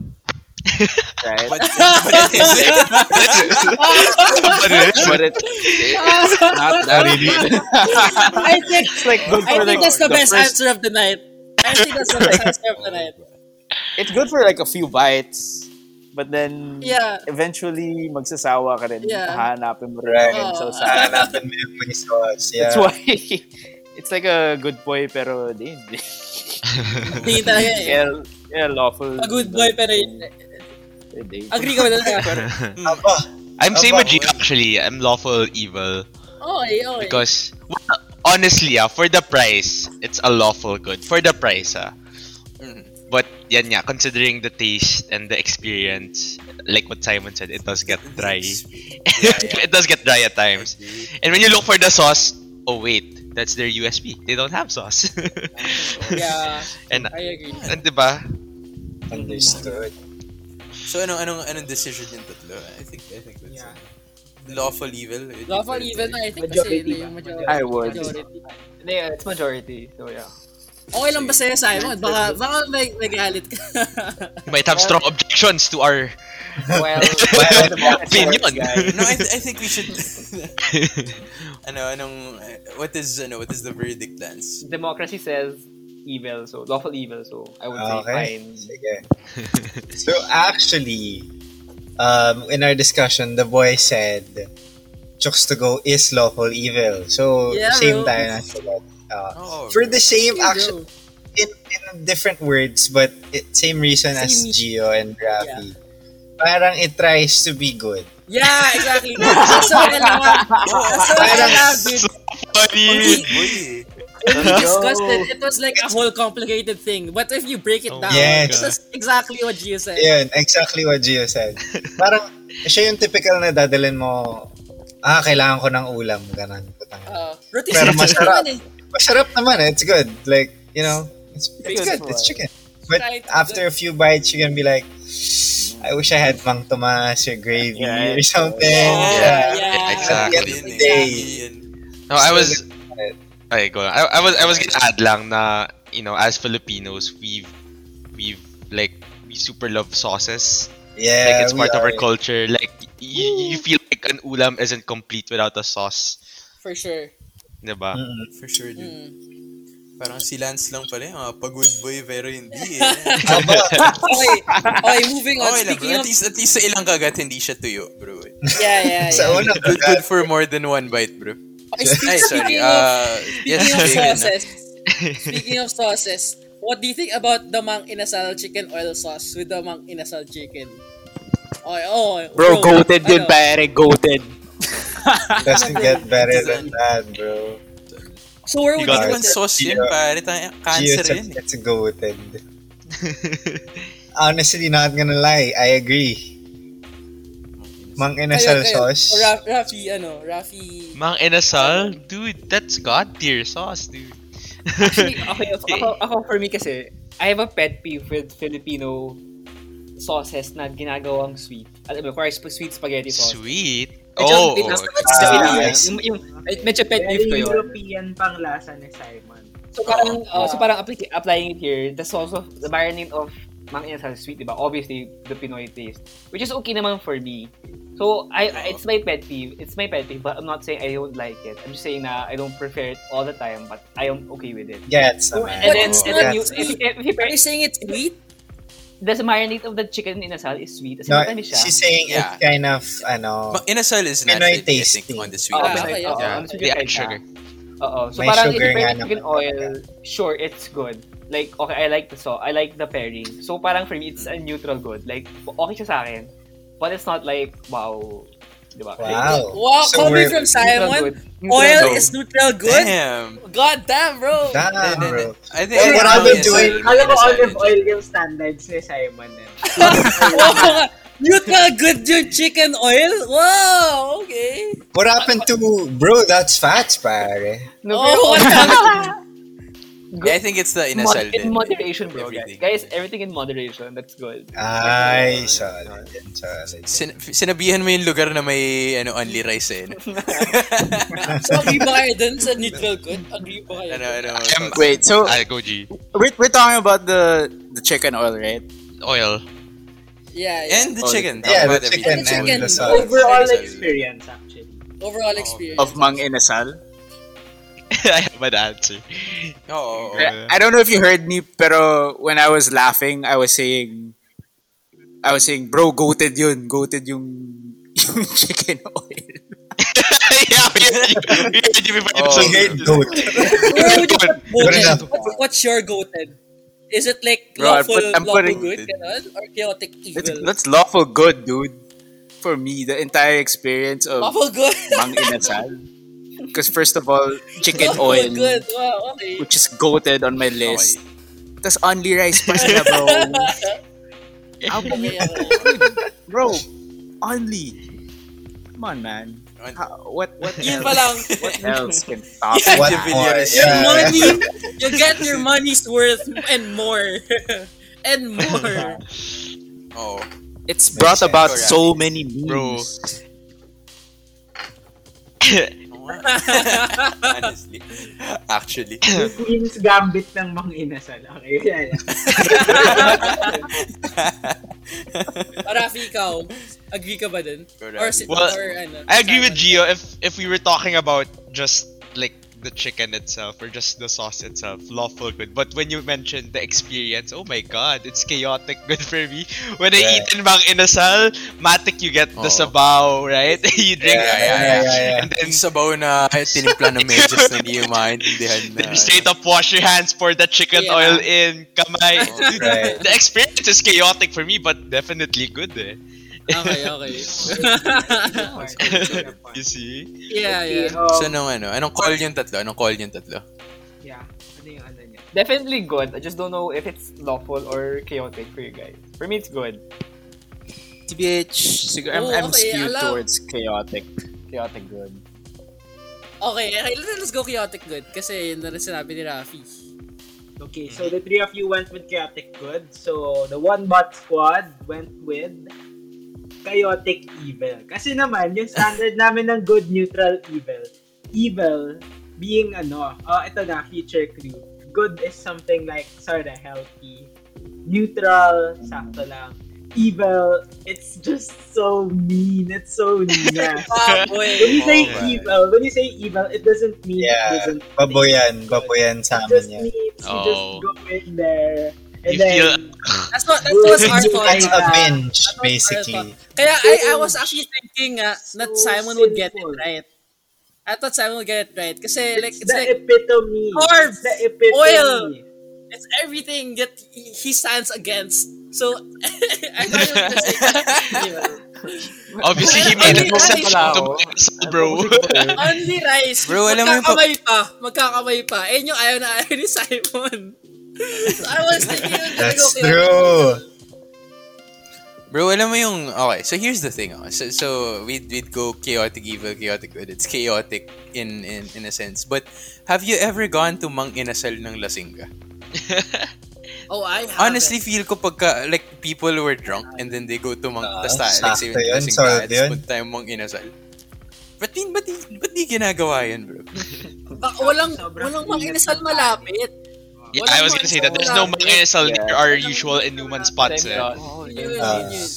right? But, but it isn't. but it, it's not that really. I think, it's like good I for like think that's the, best first- answer of the night. I think that's the best answer of the night. It's good for like a few bites, but then Yeah. eventually magsasawa ka rin. Yeah. Oh. Hahanapin mo Right. rin yung Oo. sausana. Ah, Hanapin mo yung may sauce. Yeah. That's why it's like a good boy pero di hindi. Tingin talaga eh. Yeah, yeah, lawful. Eh, A good boy pero yun. Hindi. Agree ka ba talaga? Aba, I'm How same about with Gita what? actually. I'm lawful evil. Okay, okay. Because, well, honestly, ah, for the price, it's a lawful good. For the price, ah. Mhm. But, yan nga, considering the taste and the experience, like what Simon said, it does get dry. it does get dry at times. And when you look for the sauce, oh wait, that's their USB. They don't have sauce. Yeah, And, I agree. and diba? understood. So anong anong anong decision yung tatlo? I think I think that's Yeah. lawful evil. I think that's Lawful evil it. na I think kasi Majority yun na ba? yung majority. I would. Majority. Yeah, it's majority. So yeah. Okay lang ba sa'yo, Simon? Baka, baka may, may galit ka. You might have strong objections to our Well, opinion. no, I, th- I think we should. ano, anong, what is, ano, what is the verdict, Lance? democracy says evil, so lawful evil, so I would say Okay. fine. Sige. so actually, um, in our discussion, the boy said, Chooks to go is lawful evil. So, Yeah, same bro. tayo na sa lahat. Uh, Oh, for the same action, Yo, in, in different words, but it, same reason as Same reason. Gio and Rafi. Parang it tries to be good. Yeah, exactly. so, kailangan. So, kailangan, dude. Funny. Uy, When we discussed it, it was like a whole complicated thing. But if you break it Oh down, my it's God. just exactly what Gio said. Yun, exactly what Gio said. Parang, siya yung typical na dadalhin mo, ah, kailangan ko ng ulam, ganun. Putang ina. Uh, Pero rotisserie chicken masarap. yun eh. Masarap naman, eh. it's good. Like, you know, it's, it's Good good, it's for- chicken. But Kahit good. after a few bites, you're gonna be like, I wish I had Mang Tomas or gravy Yeah. or something. Yeah, Yeah. yeah. Exactly. yun eh. Day. Yun. No, I was. Ay, go lang. I, I was. I was gonna add lang na you know, as Filipinos, we've we've like we super love sauces. Yeah, like it's we part of our are. culture. Like y- you feel like an ulam isn't complete without a sauce, For sure. diba? Mm-mm. For sure, dude. Mm. Parang si Lance lang pala, yung mga pag-good boy pero hindi eh. Okay, okay, moving on. okay lang bro. Speaking At of... least, at least sa ilang kagat hindi siya tuyo, bro. Yeah, yeah, Sa yeah. unang Good, good kagat, for more than one bite, bro. Okay, Ay, sorry. speaking of- Uh, yes, ano? Speaking of Megan, sauces, speaking of sauces, what do you think about the mang inasal chicken oil sauce with the mang inasal chicken? Okay, oh, Bro, goated yun, ano? pare, goated. doesn't get better than that, bro. So where would You you Hindi got put man it? sauce yun, Yeah. pare. Tang- Cancer Gio's a- yun. eh. it's a goated. Honestly, not gonna lie, I agree. Mang inasal Kayo, kayo. sauce. O, Ra- Rafi, ano, Rafi... Mang inasal, dude, that's god tier sauce, dude. Actually, okay, ako, ako, ako for me kasi, I have a pet peeve with Filipino sauces na ginagawang sweet. Alam mo, for sweet spaghetti sauce. Sweet. Medyo, Oh, medyo, okay. Ah, medyo, yes. yung, yung, medyo pet peeve ko Very yun. European pang lasa ni Simon. So parang Oo. uh, so parang applica- applying it here, the sauce of the marinade of Mang Inasal sweet, 'di ba? Obviously, the Pinoy taste, which is okay naman for me. So I I- it's my pet peeve. It's my pet peeve, but I'm not saying I don't like it. I'm just saying na I don't prefer it all the time, but I am okay with it. Gets naman. Oh, And then, it's and Gets. then you, if, if, if you Are pair, you saying it's sweet? the marinade of the chicken inasal is sweet. Kasi No, matami siya. she's saying Yeah. it's kind of, ano, Mang inasal is not Pinoy I think, tasting. on the sweet. Oo, Ah, side. okay, Pinoy- oo, okay. ang They add sugar sugar. kahit Oo. So May parang if sugar you pair nga it with chicken naman. oil, sure, it's good. Like, okay, I like the so I like the pairing. So parang for me, it's a neutral good. Like, okay siya sa akin. But it's not like, wow. Di ba? Oh, wow. Wow, So coming we're- from Neutral Simon, good. oil good. is neutral good? Damn. God damn, bro! Damn, Then- Nah, bro. I think Well, what Mang I've been inasal, doing- Mang Alam ko inasal olive is- oil yung standards ni Simon. Eh. wow, neutral good yung chicken oil? Wow, okay. What happened to, bro, that's facts, pare. No, pero- Oh, what the- Yeah, I think it's the inasal Mod- din. in moderation, bro. Guys. Everything. guys, everything in moderation. That's good. Ay, solid yan, solid. Sin- sinabihan mo yung lugar na may ano only rice eh. no? So, agree ba kayo dun sa neutral good? Agree ba kayo? ano, ano. I'm- Wait, so I go G. we're, we're talking about the the chicken oil, right? Oil. Yeah, yeah. And the chicken. Oh, Yeah, Talk about the everything. chicken and Chicken. the sauce. Ah, Overall Sorry, sorry. experience, actually. Overall experience. Oh, Of Mang Inasal. I have an answer. Oo. oo. I, I don't know if you heard me, pero when I was laughing, I was saying, I was saying, bro, goated yun. Goated yung, yung chicken oil. yeah, we heard you, we heard you before Oh, episode. Okay, goat. Where would you put Good. goated? What's, what's your goated? Is it like Bro, I lawful, put- I'm lawful putting- good ganon? or chaotic evil? That's, that's lawful good, dude. For me, the entire experience of lawful good. Mang Inasal. Because first of all, chicken lawful oil, Oh, good. Wow, okay. which is goated on my list. Tapos only rice pa sila, bro. How can you- Okay, okay. bro, only. Come on, man. On- How- what what Yun else? pa lang. What else can top it? What Yeah, more? Villarreal. Your Yeah. money, you get your money's worth and more. and more. Oo. It's brought about sense. so many memes. Bro. nga. oh. Honestly. Actually. Yung Queen's Gambit ng mga inasal. Okay, yan. Rafi, ikaw, agree ka ba dun? Go, Or, Rafi. si, Well, or ano? I agree with Simon? Gio if if we were talking about just like the chicken itself or just the sauce itself, lawful good. But when you mentioned the experience, oh my god, it's chaotic good for me. When I Yeah. eat in Mang Inasal, Matic you get Oo. the sabaw, right? you drink Yeah, yeah, yeah, yeah, yeah. and Yung then sabaw na eh, tinimpla na medyas na hindi yung maintindihan na. then you straight up wash your hands, pour the chicken Yeah. oil in, kamay. Oh, right. The experience is chaotic for me, but definitely good eh. Okay, okay. You see? yeah, yeah. Um, So, anong ano? Anong call yung tatlo? Anong call yung tatlo? yeah. Ano yung ano niya? Definitely good. I just don't know if it's lawful or chaotic for you guys. For me, it's good. TBH, siguro, Oo, I'm, I'm Oh, okay, skewed alam. towards chaotic. Chaotic good. Okay, okay, let's go chaotic good. Kasi yun na rin sinabi ni Rafi. Okay, so the three of you went with Chaotic Good. So, the One Bot Squad went with Chaotic Evil. Kasi naman, yung standard namin ng good, neutral, evil. Evil being ano, oh, ito na, future crew. Good is something like sorta healthy. Neutral, sakto lang. Evil, it's just so mean. It's so nasty. When Baboy! you say Alright. evil, when you say evil, it doesn't mean Yeah. it doesn't. Baboyan, baboyan sa It just amin yan. means you Oh. just go in there and You then feel- That's what, that was our Medyo thought. kahit It's a Yeah. binge, That's basically. Kaya I, I was actually thinking uh, that So Simon would get it simple. right. I thought Simon would get it right. Kasi like, it's it's the like, epitome. Carbs, It's the epitome. oil. it's everything that he he stands against. So, I thought you were gonna say Obviously, he Well, made okay, an exception okay. to Mang Inasal, bro. Only rice. Bro, alam mo yung- magkakamay pa. Magkakamay pa. Eh, yung ayaw na ayaw ni Simon. so, I was thinking yun talaga That's okay. true. Bro, alam mo yung... Okay, so here's the thing. ah. So, so we'd, we'd go chaotic evil, chaotic good. It's chaotic in, in, in a sense. But have you ever gone to Mang Inasal ng Lasingga? Oh, I have Ah, Honestly, feel ko pagka, like, people were drunk and then they go to mang, Ah, tas tayo, like, say, sakto yun, lasing solid tayo, yun. tapos punta tayo mang inasal. Ba't di, ba't di, ba't di ginagawa yun, bro? Ba- walang, Sobrang walang init manginasal ng malapit. Yeah, I was gonna say that there's no Mang Inasal near our usual Inuman spots eh. Yun, yun, Ah. yun.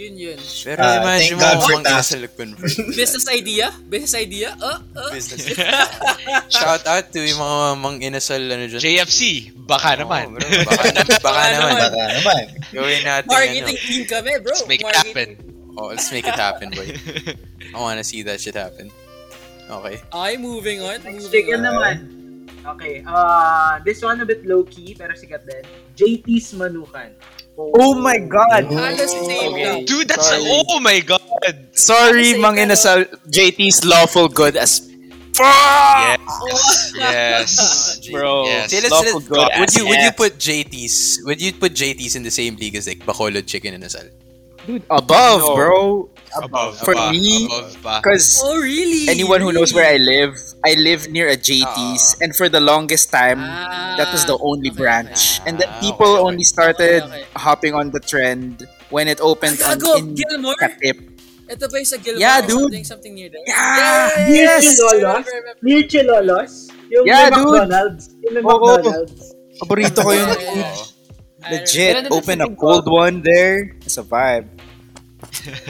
Yun, yun. Pero Ah, imagine thank mo, God for mang that. inasal convert. Business idea? Business idea? Uh, uh. Business. Shout out to yung mga mang inasal, ano dyan. JFC, baka Oo, Oh, naman. bro, baka, naman, baka naman. Baka naman. Gawin natin, ano. Marketing team kami, bro. Let's make it Marketing. happen. Oh, let's make it happen, boy. I wanna see that shit happen. Okay. Okay, moving on. Moving Next chicken on. naman. Okay, uh, this one a bit low-key, pero sikat din. JT's Manukan. Oh my god! Halos same Okay. lang. Dude, that's oh my god. Sorry, Kasi Mang ikaw- Inasal, JT's lawful good as Oh. Yes. Yes. bro. Yes. Okay, let's, lawful let's- good would as you would you yes. put JT's would you put JT's in the same league as like Bacolod Chicken and Asal? above, No. bro? Above. For pa, me- Above pa. Because Oh, really? anyone who knows where I live, I live near a Ah. JT's, and for the longest time, Ah, that was the only okay, branch. okay. And the Ah, people okay, okay. only started Okay, okay. hopping on the trend when it opened on Gago, in Gilmore? Katip. okay. Ito ba yung sa Gilmore? Yeah, or dude. Something, something near there. Yeah! Near Yes! Chilolos? Near Chilolos? Yung Yeah, may dude. McDonald's? Yung may Oo. McDonald's? Paborito ko yun. Yeah. Legit, remember. open a cold one there. It's a vibe.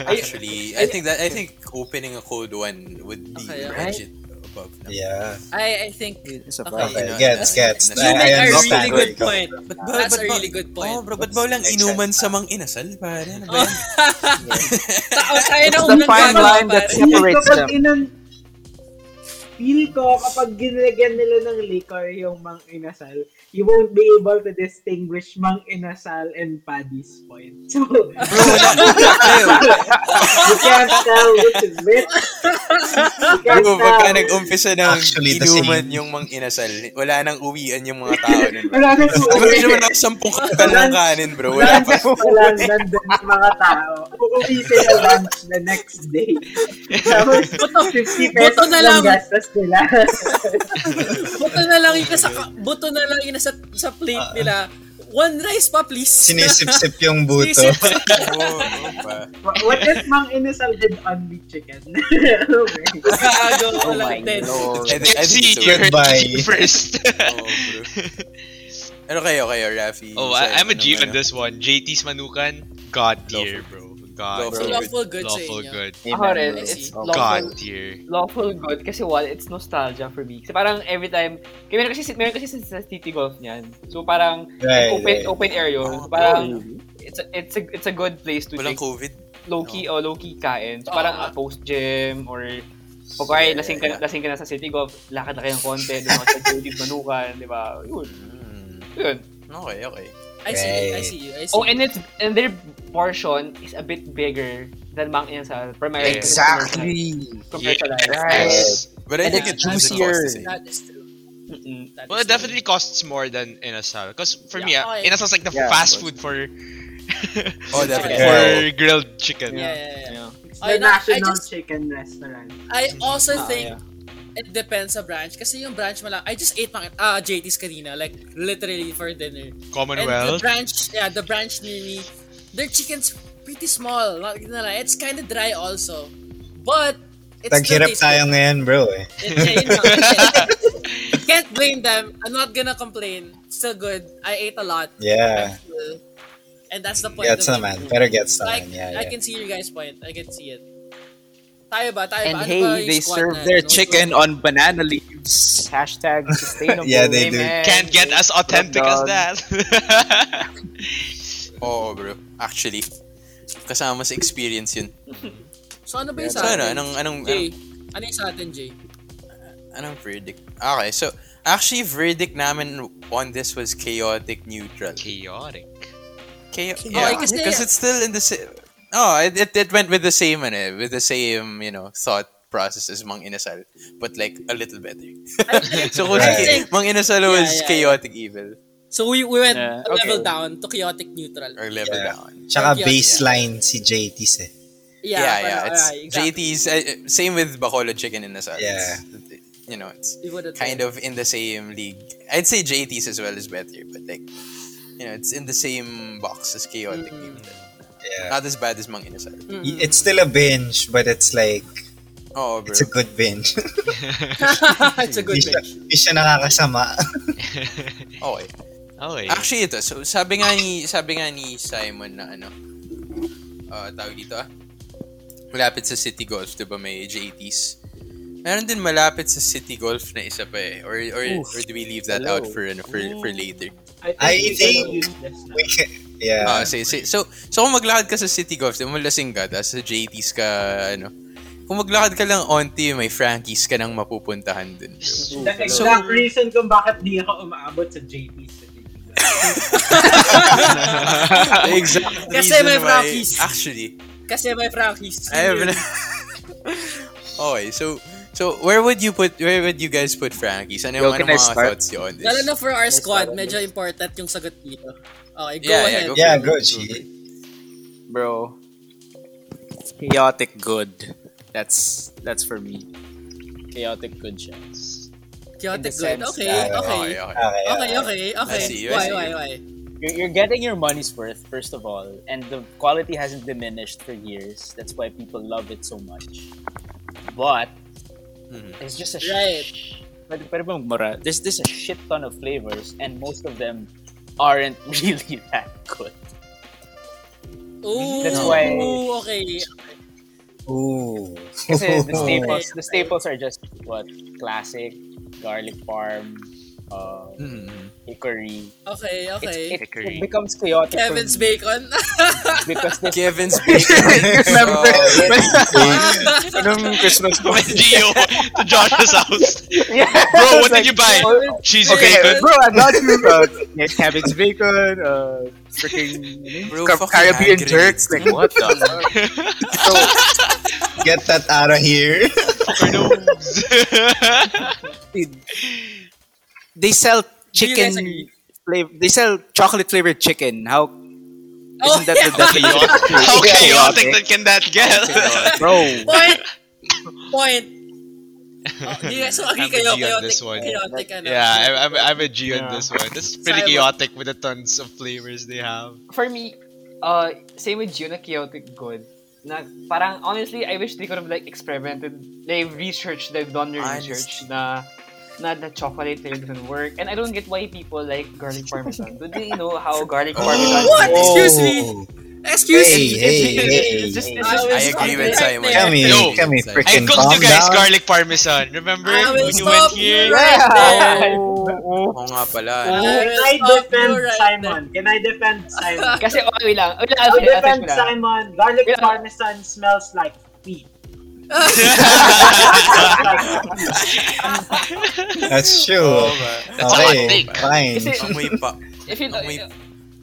Actually, I think that I think opening a cold one would be Okay, okay. legit above. now. Yeah. I, I think It's a Okay. vibe. Okay, know, gets, that's- gets. that's- I, You I make a understand. really where good you come point. from. But, That's a really good point. Oh, bro, but bawal ang Makes inuman sa mang inasal, pare. Ano ba yan? Tao tayo Oh. na It's the unang fine gagawa, line that pare. Feel ko separates pag them. inan... Feel ko kapag ginagyan nila ng liquor yung mang inasal, you won't be able to distinguish mang inasal and Paddy's point. So, you can't tell which is which. You can't Bro, pagka tell. nag-umpisa ng Actually, the inuman same. yung mang inasal, wala nang uwian yung mga tao nun, bro. Wala na sa Sabi ko naman ako sampung kakal ng kanin, bro. Wala Wala pa. lang nandun yung mga tao. Uuwi sila lunch the next day. Tapos, buto 50 pesos na lang lang. gastos nila. Uh-uh. Buto na lang yung nasa, buto na lang yung nasa sa plate nila. One rice pa, please. Sinisip-sip yung buto. Sinisip- Oo, oo pa. Wha- What if Mang Inasal did only chicken? ano ba yun? Gago Oh lang, my Ted. lord. I think, I think so. See, you heard Goodbye. G first. Oo, bro. Ano kayo, kayo, Rafi? oh, Sa'yo, I, I'm a ano G man, on this one. JT's Manukan, God tier, bro. God Lawful Bro, So, tier. lawful good sa Lawful inyo. good. Ako rin, I it's see. lawful, God tier. lawful good kasi one, it's nostalgia for me. Kasi parang every time, kasi meron kasi, meron kasi sa city golf niyan. So parang Right, open right. open area yun. So parang it's a, it's a it's a good place to Walang like COVID. low key o low key kain. So Oo parang nga. a post gym or pag kaya lasing ka, yeah. lasing ka na sa city golf, lakad na kayang konti, doon mga tagulid manukan, di ba? Yun, Hmm. yun. Okay, okay. I see you, I Right. see you, I see Oh, you. and it's and their portion is a bit bigger than Mang Inasal. Primarily. Compared to life. Yes. But I And think it it's doesn't juicier. cost the same. That is true. Mm-mm. That Well, is it definitely costs more than Inasal. Because for me, Yeah. ah, Oh, yeah. Inasal's like the Yeah, fast of food for Oh, definitely. for grilled chicken. true. Yeah, yeah, yeah. Yeah. It's Ay, the na- I national just- chicken restaurant. I also Ah, think it depends sa branch. Kasi yung branch mala, I just ate mga ah JT's kanina, like literally for dinner. And the Commonwealth. branch, yeah, the branch near me, their chicken's pretty small. Not gonna lie. It's kind of dry also. But, it's still Taghirap tasty. tayo ngayon, bro eh. Yeah, yeah, yun nga. Can't blame them. I'm not gonna complain. Still good. I ate a lot. Yeah. And that's the point. Gets of it. naman. Pero gets Like, naman. Yeah, I yeah. can see your guys' point. I can see it. Tayo ba? Tayo And ba? Ano ba hey, yung they squad serve na- their ano? chicken on banana leaves. Hashtag sustainable. Yeah, they do. Amen. Can't get as authentic as that. Oo, Oh, bro. Actually. Kasama sa experience yun. So ano ba yung sa So, ano? atin? Anong, anong, Jay, ano yung sa atin, Jay? anong verdict? Okay, so, actually, verdict namin on this was chaotic neutral. Chaotic. Chaotic. Okay, Yeah, kasi- because it's still in the same... Oh, it, it, it went with the same, ano, eh, with the same, you know, thought process as Mang Inasal, but like a little better. so, kung Right. si- Mang Inasal Yeah, was yeah, chaotic evil So we, we went a Yeah, okay. level down to chaotic neutral. or level Yeah. down. Tsaka Yeah. baseline si JT's eh. Yeah, yeah. parang, it's alright, exactly. JT's. Uh, same with Bacolod Chicken in Asal. Yeah. you know, it's We would've kind done. of in the same league. I'd say JT's as well is better, but like, you know, it's in the same box as Chaotic. Mm. Neutral. Yeah. Not as bad as Mang Inasal. Mm-mm. It's still a binge, but it's like, Oh, bro. it's a good binge. it's a good Hindi siya- match. Hindi siya nakakasama. Okay. okay. Actually, ito. So, sabi nga ni, sabi nga ni Simon na ano, uh, tawag dito ah, malapit sa City Golf, di ba may JT's? Meron din malapit sa City Golf na isa pa eh. Or, or, or do we leave that out for, ano, for, for later? I we think can use this now. We can- yeah. Ah, say, say. So, so kung maglakad ka sa City Golf, di mo lasing ka, tapos sa JT's ka, ano, kung maglakad ka lang onti, may Frankie's ka nang mapupuntahan dun. bro. The exact reason kung bakit di ako umaabot sa JT's. The exact Kasi reason may why- Frankie's. Actually, Kasi may Frankie's. I have Okay, so so where would you put where would you guys put Frankie's? Ano yung Yo, can ano I mga start? thoughts you on this? Lalo na for our squad, medyo important yung sagot dito. Okay, go Yeah, yeah, ahead. go Yeah, for go, it. G. bro. Chaotic good. That's that's for me. Chaotic good siya. Chaotic In the good. sense Okay, that- okay. Okay, okay. Okay, Okay, yeah. okay, okay. I see you, I why, see why, you. why? You're, you're getting your money's worth, first of all, and the quality hasn't diminished for years. That's why people love it so much. But Mhm. it's just a Right. sh- pwede, pwede bang mura? There's this a shit ton of flavors, and most of them aren't really that good. Ooh, That's why- okay. Ooh. Kasi the staples, the staples are just what classic garlic parm, uh, Mhm. hickory. Okay, It's, okay. it, Hickory. it becomes chaotic. for Kevin's me bacon. because this Kevin's Bacon. Oh, Anong Christmas ko? Went Gio to Josh's house. yeah. Bro, what did you buy? Cheese Okay, bacon. bro, I got you. Uh, Kevin's bacon, uh, freaking Bro, Ca- fucking Caribbean angry. jerks. Like, what the fuck? Get that out of here. Dude. They sell Do you guys chicken agree? flavor. They sell chocolate flavored chicken. How Oh, isn't that yeah. the definition? How Yeah, chaotic okay. that can that get? Bro, Point. Point. Oh, do you guys so agree I'm a kayo? G on Chaotic, this one. chaotic ano? Yeah, I'm, I'm, I'm a G on Yeah. this one. This is pretty Simon. chaotic with the tons of flavors they have. For me, uh, same with June, chaotic good. Na, parang, honestly, I wish they could have, like, experimented. They've researched, they've done their Honestly. research na, na the chocolate really doesn't work. And I don't get why people like garlic parmesan. Do they know how garlic parmesan What? Excuse me? Oh. Excuse Hey, me. hey, It's just- hey. it's I just- was I agree with Simon. right there. Come here, Yo, come here, Simon. I freaking cooked calm you guys down. garlic parmesan. Remember I will when you went stop you here? right there. Oo nga pala. Ah. Can Yes, I of defend you right Simon? Can I defend Simon? Kasi, okay, wait lang. Wait lang, I'll I'll finish- I'll defend finish ko lang. Simon. Garlic Yeah. parmesan smells like pee. That's true. Oh. Oo ba? That's a hot okay, take. fine. Kasi, Amoy pa. if you, Amoy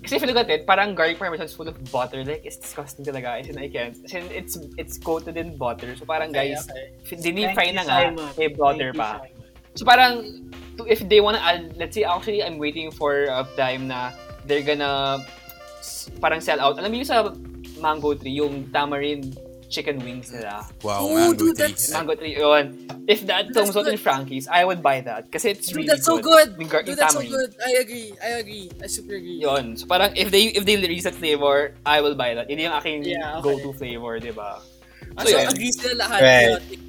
Kasi if you look at it, parang garlic parmesan is full of butter. Like, it's disgusting talaga. And I can't. Kasi it's, it's coated in butter. So parang, guys, okay. dinify na nga, may butter pa. So parang, to- if they wanna add, let's say, actually, I'm waiting for a time na they're gonna s- parang sell out. Alam mo yung sa mango tree, yung tamarind chicken wings nila. Wow, Ooh, mango dude, tree. that's- Mango tree, yun. If that That's comes out in good. Frankie's, I would buy that. Kasi it's Dude, really that's so good. good. Yung gar- Dude, yung that's so tamarind. good. I agree. I agree. I super agree. Ah, Yun. So parang if they if they release that flavor, I will buy that. Yun yung aking Yeah, okay. go-to flavor, di ba? Ah, So, so, yun. agree sila lahat. Right. Chaotic.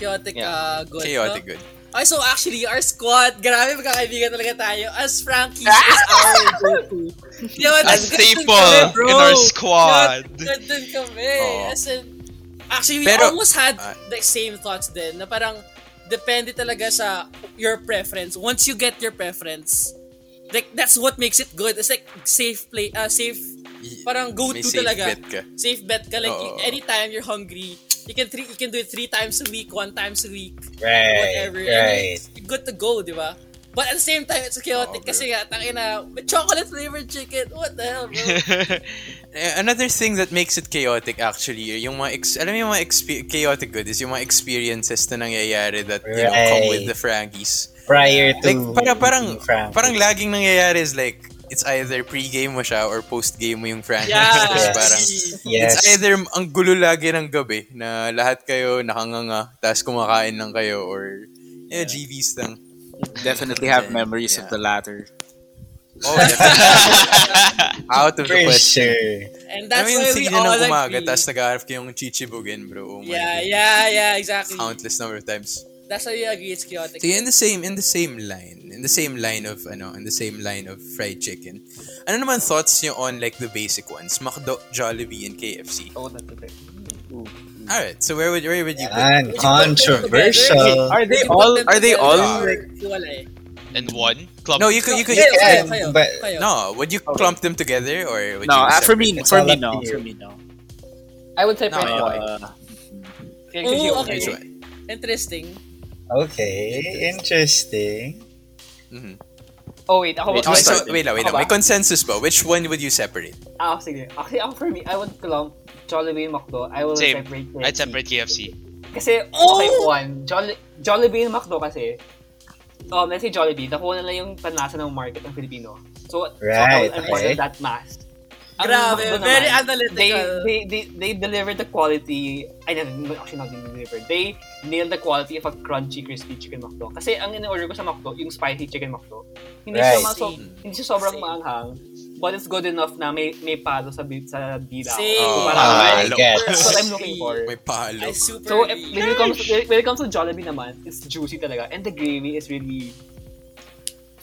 Chaotic, Yeah. uh, good. Chaotic good. No? Ay, so actually, our squad, grabe magkakaibigan talaga tayo. As Frankie is our go-to. Chaotic A good din kami, staple bro. in our squad. Chaotic good din kami. Oo. As in, actually, we Pero- almost had Ah. the same thoughts din, na parang, depende talaga sa your preference. Once you get your preference, like, that's what makes it good. It's like, safe play, uh, safe, Y- parang May go-to safe talaga bet ka. safe bet ka like Oo. you- anytime you're hungry you can three you can do it three times a week one times a week Right, whatever And right. it's good to go di ba but at the same time it's Oo, chaotic bro. kasi nga tangina may chocolate flavored chicken what the hell bro Eh, Another thing that makes it chaotic actually, eh, yung mga ex- alam mo yung mga expe- chaotic good is yung mga experiences na nangyayari that you know, come with Right. the Frankies. Prior to... Like para parang to Frank. parang laging nangyayari is like it's either pre-game mo siya or post-game mo yung Frankies. yeah Tapos Yes. parang Yes. It's either ang gulo lagi ng gabi na lahat kayo nakanganga tapos kumakain lang kayo or eh, GVs lang. Definitely have memories of the latter. Oh, definitely. Out of the For question. sure. and That's I that's mean, why we sige all na umaga, agree tapos nag-aarap kayong chichibugin, bro. Oh my God. yeah yeah yeah exactly Countless number of times. that's why we agree it's chaotic So yeah, in the same in the same line, in the same line of ano, in the same line of fried chicken. Ano naman thoughts niyo on like the basic ones, McDo, Jollibee and KFC? Oh, that's okay. All right, so where would where would you put? And controversial. Are they You put all? them Are they together all? or Like, hiwalay? And one? Club No, you could you could Kayo, can, kayo, kayo, but- kayo. No, would you clump them together or would no, you uh, for me, It's all for me, up to no, you. for me, no. I would separate No, one. Uh, Okay, Oh, kasi yung- okay. Which one? interesting Okay, interesting. Mhm. Oh, wait. Ako, Wait, ako, Okay, so started. wait lang, wait Ako lang. May ba? consensus ba? Which one would you separate? ah, sige. Actually, ako for me, I would clump Jollibee and McDo. I will Same. separate KFC. I'd separate KFC. Kasi, Oh! okay, one. Jolli Jollibee and McDo kasi, um, let's say Jollibee, nakuha nila yung panlasa ng market ng Filipino. So, Right, so I'm part okay. of that mass. Ang grabe McDo naman, very they, analytical they, they, they delivered the quality, I don't know, actually not even delivered, they nailed the quality of a crunchy, crispy chicken McDo. Kasi ang in-order ko sa McDo, yung spicy chicken McDo. Hindi siya, Right. maso, Same. Hmm. hindi siya sobrang Same. maanghang, but it's good enough na may, may palo sa, bi- sa dila. ko. Same. So, parang, Ah, Hello. that's gets. what I'm looking for. May palo. I super So, if, agree. when, it comes, when it comes to Jollibee naman, it's juicy talaga. And the gravy is really...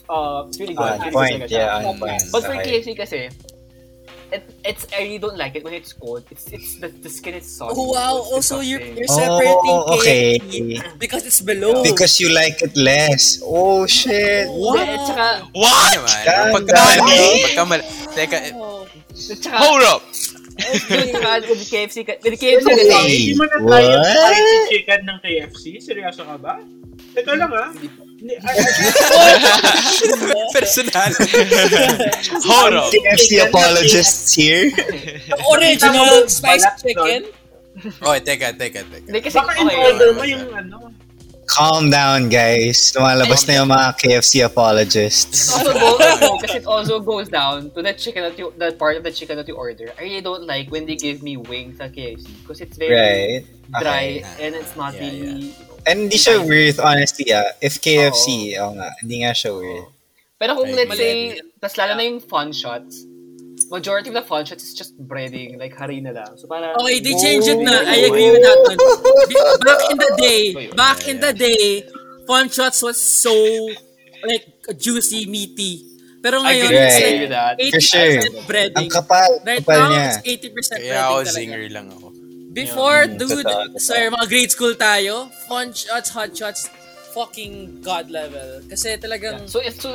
Uh, it's really good. On Really Ah, point, good talaga siya. yeah, on point. But for Okay. KFC kasi, it, it's, I really don't like it when it's cold. It's, it's the, the skin is soft. Oh, wow. Also, you're, you're separating Oh, okay. KFC because it's below. Because you like it less. Oh, shit. What? At saka, What? Naman. Ganda. Pagkamali. Pagkamali. Teka, eh, Oh, at saka, Hold up! at saka with KFC, ka- with KFC Hey, kasi, Hindi mo na try yung what? spicy chicken ng KFC? Seryoso ka ba? Teka lang ah. Hindi- I- I- personal. Hold up! KFC apologists here. the original Tama, spicy balat chicken. oh, teka, teka, teka. hindi kasi, Baka in okay, order mo yung ano. Calm down, guys. Lumalabas na yung mga KFC apologists. also goes because it also goes down to that chicken that you that part of the chicken that you order. I really don't like when they give me wings at KFC because it's very Right? dry Okay. and it's not Yeah, really. And hindi siya worth, honestly, ah. If KFC, oh. nga, hindi nga siya worth. Pero kung Right, let's say, malaki. tas lalo na yung fun shots, majority of the fun shots is just breading, like harina lang. So parang, Okay, they change it na. I agree with that one. Be- Back in the day, back in the day, fun shots was so like juicy, meaty. Pero ngayon, agree. it's agree with that. like For 80% sure. Ang breading. kapal, Right kapal now, niya. it's 80% Kaya ako breading talaga. zinger lang ako. Before, Mm, dude, totoo, totoo. sorry, mga grade school tayo, fun shots, hot shots, fucking god level. Kasi talagang so it's so,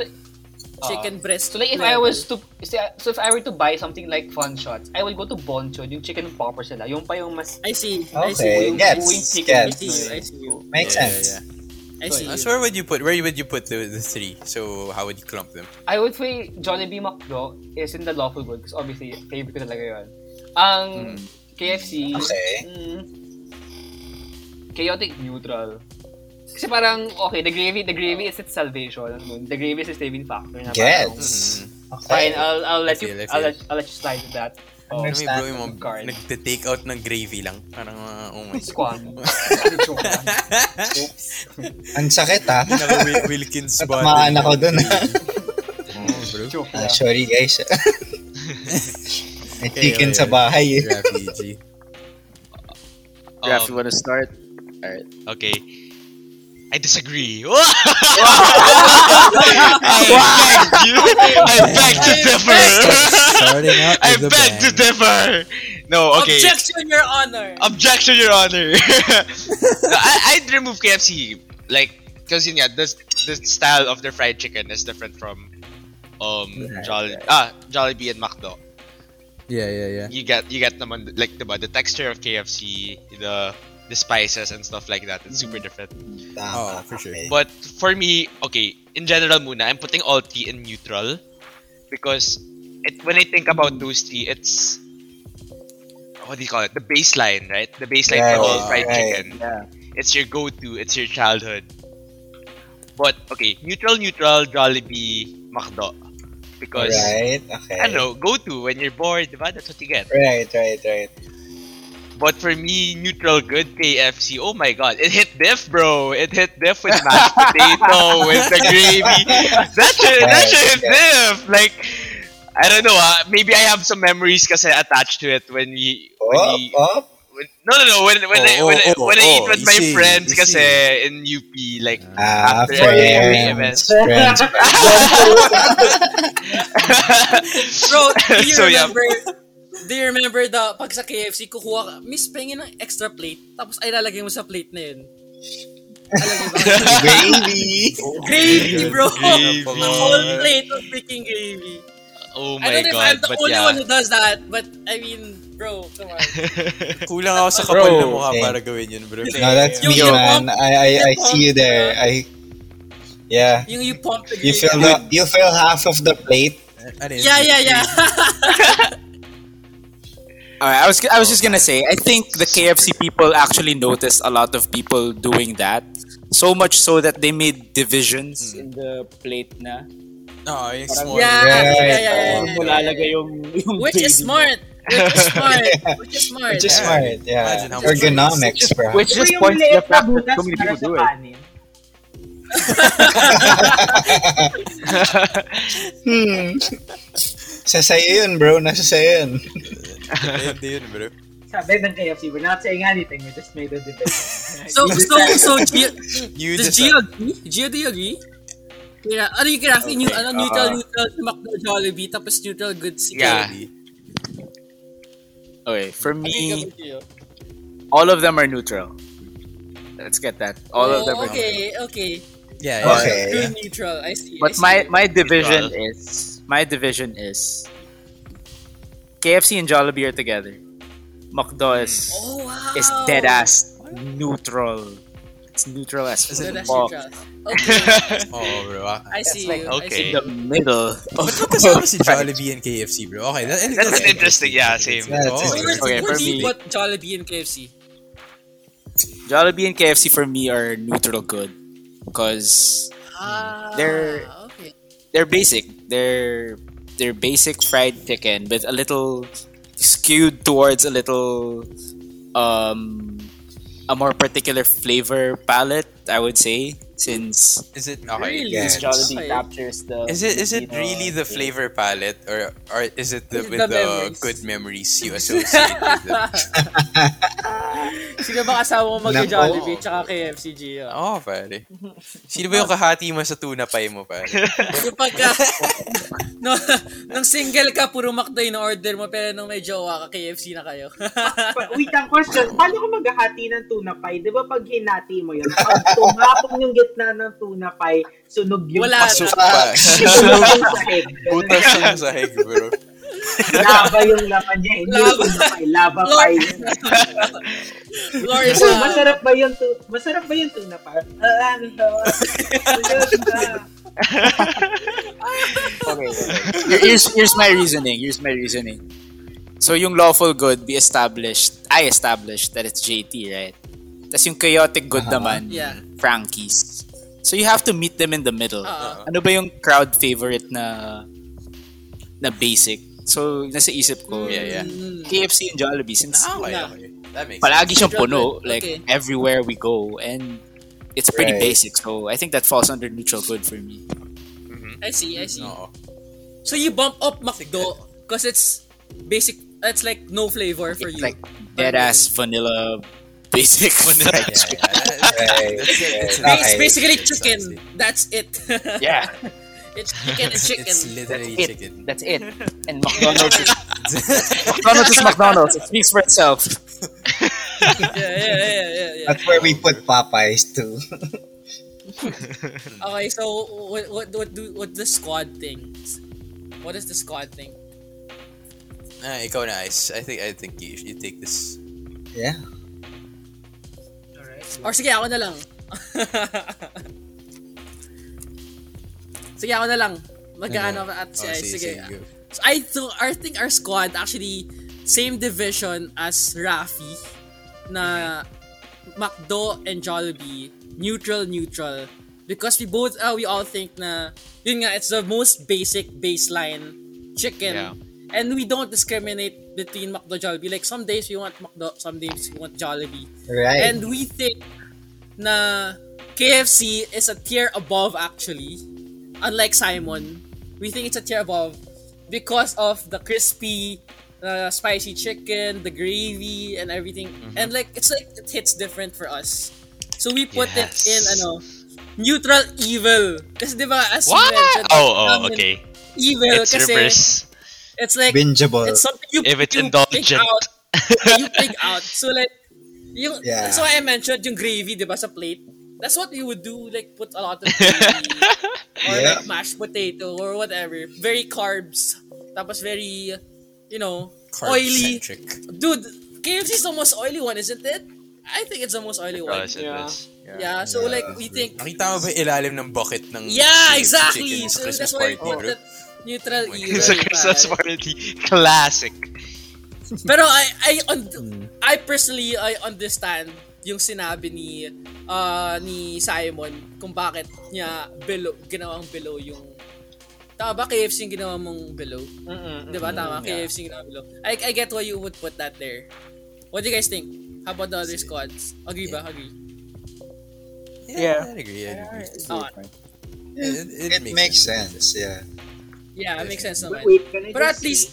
chicken breast. So like if I level. was to say, so if I were to buy something like fun shots, I would go to Boncho, yung chicken poppers nila. Yung pa yung mas I see, I Okay, see. gets, I see you, gets. I see you, Makes Yeah, sense. yeah, I see yeah. you. So where would you put where would you put the, the three? So how would you clump them? I would say Jollibee McDo is in the lawful good because obviously favorite ko talaga yun. Ang KFC, Okay. mm, chaotic neutral. Kasi parang, okay, the gravy, the gravy is its salvation. The gravy is its saving factor. Na parang, Gets. Fine, uh, Okay. I'll, I'll let I feel, I you, I'll feel. let, I'll let you slide with that. Oh, Alam mo yung bro yung mga Guard. nagte-take out ng gravy lang. Parang, ah, oh my God. squam. Joke lang. Ang sakit, ah. Pinaka Wilkins bottle. Natamaan ako dun, ah. Oo, bro. Joke Ah, lang. sorry, guys. May Okay, chicken okay. sa bahay. eh. Grabe, G. Raph, Um, you wanna start? Oh, Okay. I disagree. I beg you. I beg to differ. Starting out I beg to differ. No, okay. Objection, Your Honor! Objection, Your Honor. No, I, I'd remove KFC, like, because yeah, the the style of their fried chicken is different from um Jolli ah Jollibee and McDo. Yeah, yeah, yeah. You get you get naman like the the texture of KFC, the the spices and stuff like that. It's super different. Tama, Oh, for sure. okay. But for me, okay, in general muna, I'm putting all tea in neutral because it, when I think about those tea, it's what do you call it? The baseline, right? The baseline Right, for all fried right, chicken. It's your go-to. It's your childhood. But okay, neutral, neutral, Jollibee, McDo, because Right, okay. I don't know, go-to when you're bored, diba? That's what you get. Right, right, right. But for me, neutral good KFC. Oh my god, it hit diff, bro. It hit diff with mashed potato with the gravy. That shit, that shit hit diff. Like, I don't know. Uh, maybe I have some memories kasi attached to it when we, when Up, we, up. when, no, no, no. When when I, Oh, when, I, oh, when I oh, eat with you my see, friends you kasi see. in UP, like Ah, after every event. friends. Friends. Bro, do you So, yeah. remember, do you remember the, pag sa KFC, kukuha ka, miss, pahingin ng extra plate, tapos ay lalagay mo sa plate na yun. Alam niyo ba? Baby! gravy, bro! Gravy. A whole plate of freaking gravy. oh I my don't know if god, I'm the but only yeah. one who does that, but I mean, bro, come on. Kulang ako sa kapal Bro. na mukha Same. para gawin yun, bro. No, that's Yung- me, yung man. up- I, I, I yung see you up, there. diba? I, yeah. Yung you pump the You gravy. fill the, you fill half of the plate. Ano yun? yeah, yeah, yeah. All right, I was I was just gonna say I think the KFC people actually noticed a lot of people doing that, so much so that they made divisions in the plate na Oo, Ah, yung small. yeah, yeah, yeah, yeah, yeah, Kung yeah. lalagay yung yung Which is gravy. smart. Which is smart. Which is smart. Which is Yeah. smart, yeah. Imagine how much- Ergonomics, bro. Which Pero just yung points to the liit na fact that butas so many para people sa do it. kanin. Hmm. Sa sa'yo yun, bro. Nasa sa'yo yun. Hindi yun, bro. Sabi ng KFC, we're not saying anything, we just made a debate. So, so, so, Gio, You does just... Gio agree? Gio, do you agree? Kira, ano yung kinakain yung ano, neutral, Uh, neutral, McDo, Jollibee, tapos neutral goods. si Yeah. Jollibee. Okay, for me, Gabay yun. all of them are neutral. Let's get that. All of them. Oh, Are okay, okay. Yeah, yeah. True Okay. neutral, I see. I But see. my my division is my division is KFC and Jollibee are together. McDo is Oh, wow. is dead ass neutral. It's neutral as Dead ass fuck. neutral. Okay, Oo, bro. ah. I see like, you. I see okay. The middle. Ba't magkasama si Jollibee and KFC, bro? Okay, that- That's an interesting, yeah, same. That's Oh, it. you. Where's, Okay, where's for me- but Jollibee and KFC? Jollibee and KFC for me are neutral good because Ah, They're- okay. they're basic. They're they're basic fried chicken with a little skewed towards a little um a more particular flavor palette, I would say, since Is it Oh okay? Really? Yes. Okay. Jollibee captures the. Is it is it Filipino really the flavor palette or or is it the Is it with the the, memories? good memories you associate with them? Sino ba kasama mo mag-Jollibee Nako. tsaka KFC, Gio? Oo, Oh, pare. Sino ba yung kahati mo sa tuna pie mo, pare? Yung pagka, no, nung single ka, puro McDo yung order mo, pero nung may jowa ka, KFC na kayo. Pa- Wait, ang question, paano ka maghahati ng tuna pie? Di ba pag hinati mo yun, pag tumapong yung gitna ng tuna pie, sunog yung Wala Pasok na. pa. Sunog yung sahig. Putas yung sahig, bro. Lava yung laman niya. Hindi yung Lava. tuna pie, lava Lord. pie. Glory So, sa... masarap ba yung tu- masarap ba yung tuna pie? Ah, ano? Sunog na. Here- here's here's my reasoning. Here's my reasoning. So yung lawful good be established, I established that it's JT, right? Tapos yung chaotic good naman, Yeah. Uh-huh. Frankie's. So you have to meet them in the middle. Oo. Ano ba yung crowd favorite na na basic? So nasa isip ko, Hmm. Yeah, yeah. Mm. KFC and Jollibee since Okay, Na. okay. That makes sense. palagi siyang puno like Okay. everywhere we go and it's pretty Right. basic. So I think that falls under neutral good for me. I see, I see. Oo. So you bump up McDo because it's basic, it's like no flavor for you. Like dead ass vanilla basic Yeah, vanilla. yeah. That's- that's- Okay. that's- It's basically Yes, chicken. That's it. Yeah. it's chicken and chicken. It's literally It- chicken. That's it. And McDonald's is McDonald's is McDonald's. It speaks for itself. yeah, yeah, yeah, yeah, yeah. That's where we put Popeyes too. Okay, so what what what do what the squad thing? What is the squad thing? Ah, ikaw na, Ice. I think I think you, you take this. yeah. Or sige, ako na lang. sige, ako na lang. Mag-ano Ano? at si Oh, Ice. sige, Sige. sige, go. So, I, th- I think our squad actually same division as Rafi na McDo and Jollibee neutral neutral because we both uh, we all think na yun nga it's the most basic baseline chicken Yeah. and we don't discriminate between McDo Jollibee like some days we want McDo some days we want Jollibee Right. and we think na KFC is a tier above actually. Unlike Simon, we think it's a tier above because of the crispy, uh, spicy chicken, the gravy, and everything. Mm-hmm. And like it's like it hits different for us. So we put it Yes. in ano neutral evil. Kasi di ba as you What? mentioned, Oh, oh, namin, okay. Evil It's kasi reverse. it's like Bingeable. it's something you If it's you pick indulgent. out you pick out. So like, yung, Yeah. that's why I mentioned yung gravy, di ba, sa plate. That's what we would do, like, put a lot of gravy or Yeah. like mashed potato or whatever. Very carbs. Tapos very, you know, oily. Carb-centric. Dude, KFC is the most oily one, isn't it? I think it's the most oily one. Because it Yeah. was- Yeah, so like, we think, Nakita mo ba yung ilalim ng bucket ng yeah, KFC Mm-hmm. exactly. chicken sa So Christmas that's why we party, put bro? that neutral E, my evil. It's a Christmas pare. party classic. Pero I I und- Mm. I personally I understand yung sinabi ni ah, ni Simon kung bakit niya below ginawang below yung Tama ba KFC yung ginawa mong below? Di ba? Tama, KFC yung ginawa below. I, I get why you would put that there. What do you guys think? How about the other squads? Agree ba? Agree. Yeah, I agree. I agree. Tama. It, It makes sense. Yeah. Yeah, makes sense naman. Wait, can I Pero just at least,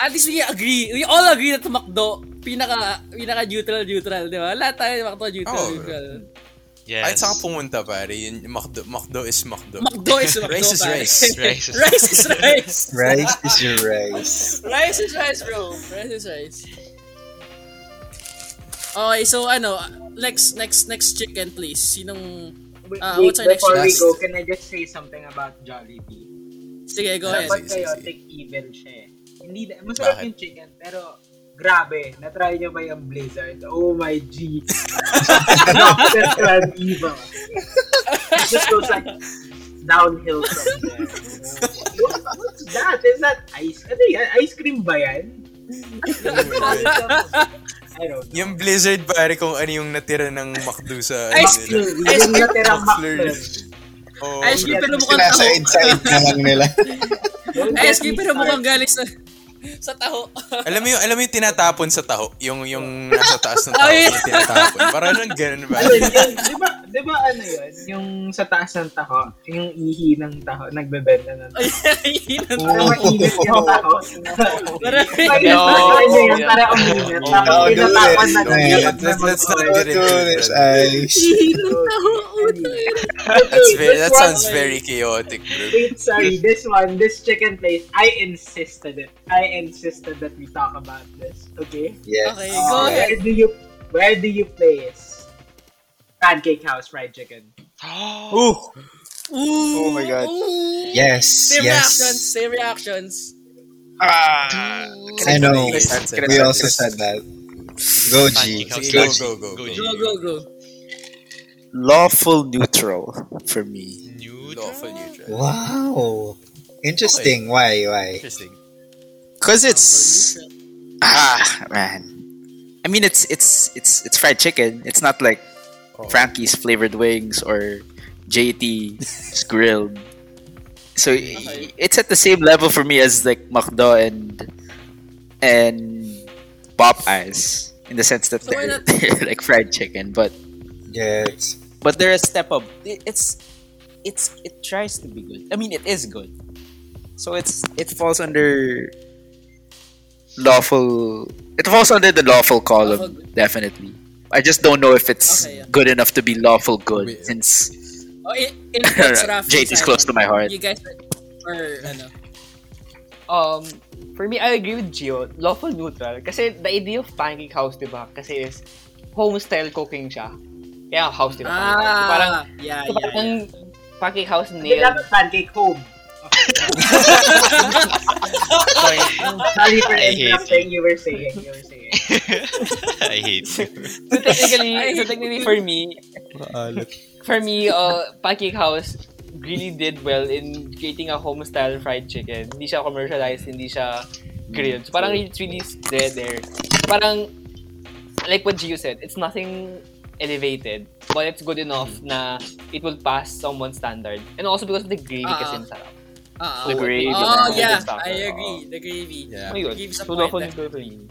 at least we agree. We all agree na to McDo, pinaka, pinaka neutral, neutral, di ba? Lahat tayo McDo, neutral, Oo. neutral. Kahit Yes. saan ka pumunta, pare, yun, McDo, McDo is McDo. McDo is McDo, Rice is pare. rice. Rice is- rice is rice. Rice is your rice. rice is rice, bro. Rice is rice. Okay, so ano, next, next, next chicken, please. Sinong, Wait, Ah, wait, what's our next before we last- go, can I just say something about Jollibee? Oh, sige, go ahead. sige, Dapat sige. chaotic evil siya eh. Hindi na, masarap Bakit? yung chicken, pero grabe, natry nyo ba yung Blizzard? Oh my G. Dr. Claviva. It just goes like downhill from there. What, what's that? Is that ice? Ano yan? Ice cream ba yan? I don't know. Yung Blizzard pare kung ano yung natira ng McDo sa... Ice ano nila. Oh. cube. Ice Yung cube. natirang McFlurry. McFlurry. Oo. Ice cube pero mukhang Nasa taho. inside na lang nila. Don't Ice get me cube pero mukhang started. galing sa sa taho. Alam mo yung, alam mo yung tinatapon sa taho? Yung, yung nasa taas ng taho Ay! yung tinatapon. Parang lang ganun ba? Ayun, yun. Di ba, di ba ano yun? Yung sa taas ng taho, yung ihi ng taho, nagbebenta ng taho. Ayun ang Para taho. mainit yung taho. Marami. Ay, yun, try niya yun para uminit. Tapos Don't do tinatapan this, na man. Let's- let's not Don't do this, Ice. Ayun ang taho. Utang. That's very, that sounds very chaotic, bro. Wait, sorry. This one, this chicken place, I insisted it. I insisted that we talk about this. Okay? Oh, Yes. Okay, Uh, go ahead. Where do you where do you place Pancake House fried chicken? Ooh. Oh Ooh, my God. ooh. Yes. Same reactions, Yes. same reactions. Ah. I know. Yes. We also said that. Go G. Sige, Go go, G. go, go. go. Go, go, go. Lawful neutral for me. Lawful neutral. Wow. Interesting. Why? Why? Interesting. Cause it's ah man. I mean it's it's it's it's fried chicken. It's not like Oh. Frankie's flavored wings or JT's grilled. So i it's at the same level for me as like McDo and and Popeyes in the sense that So why they're, not- they're like fried chicken, but Yes. but they're a step up. It- It's it's it tries to be good. I mean, it is good. So it's it falls under lawful. It falls under the lawful column, Lawful definitely. I just don't know if it's Okay, yeah. good enough to be lawful good We- since Oh, in, inputs, Rafi, JT's close to my heart. You guys are, are ano, Um, for me, I agree with Gio. Lawful neutral. Kasi the idea of pancake house, di ba? Kasi is home-style cooking siya. Kaya house, di ba? Pancake house. So, parang, Ah, yeah, so, yeah. parang pancake house Hindi nailed. dapat Pancake Home. Sorry for I hate interrupting. You were saying. You were saying. I hate you. So technically, I so hate technically for me, for me, uh, Pancake House really did well in creating a home-style fried chicken. Hindi siya commercialized, hindi siya grilled. So parang it's really there, there. Parang, like what Gio said, it's nothing elevated, but it's good enough na it will pass someone's standard. And also because of the gravy Ah. kasi masarap. Ah, The ah. gravy. Oh, the yeah, stuff. I agree. The gravy. Yeah. Oh, yun. Gives a So, point lawful there. neutral for me.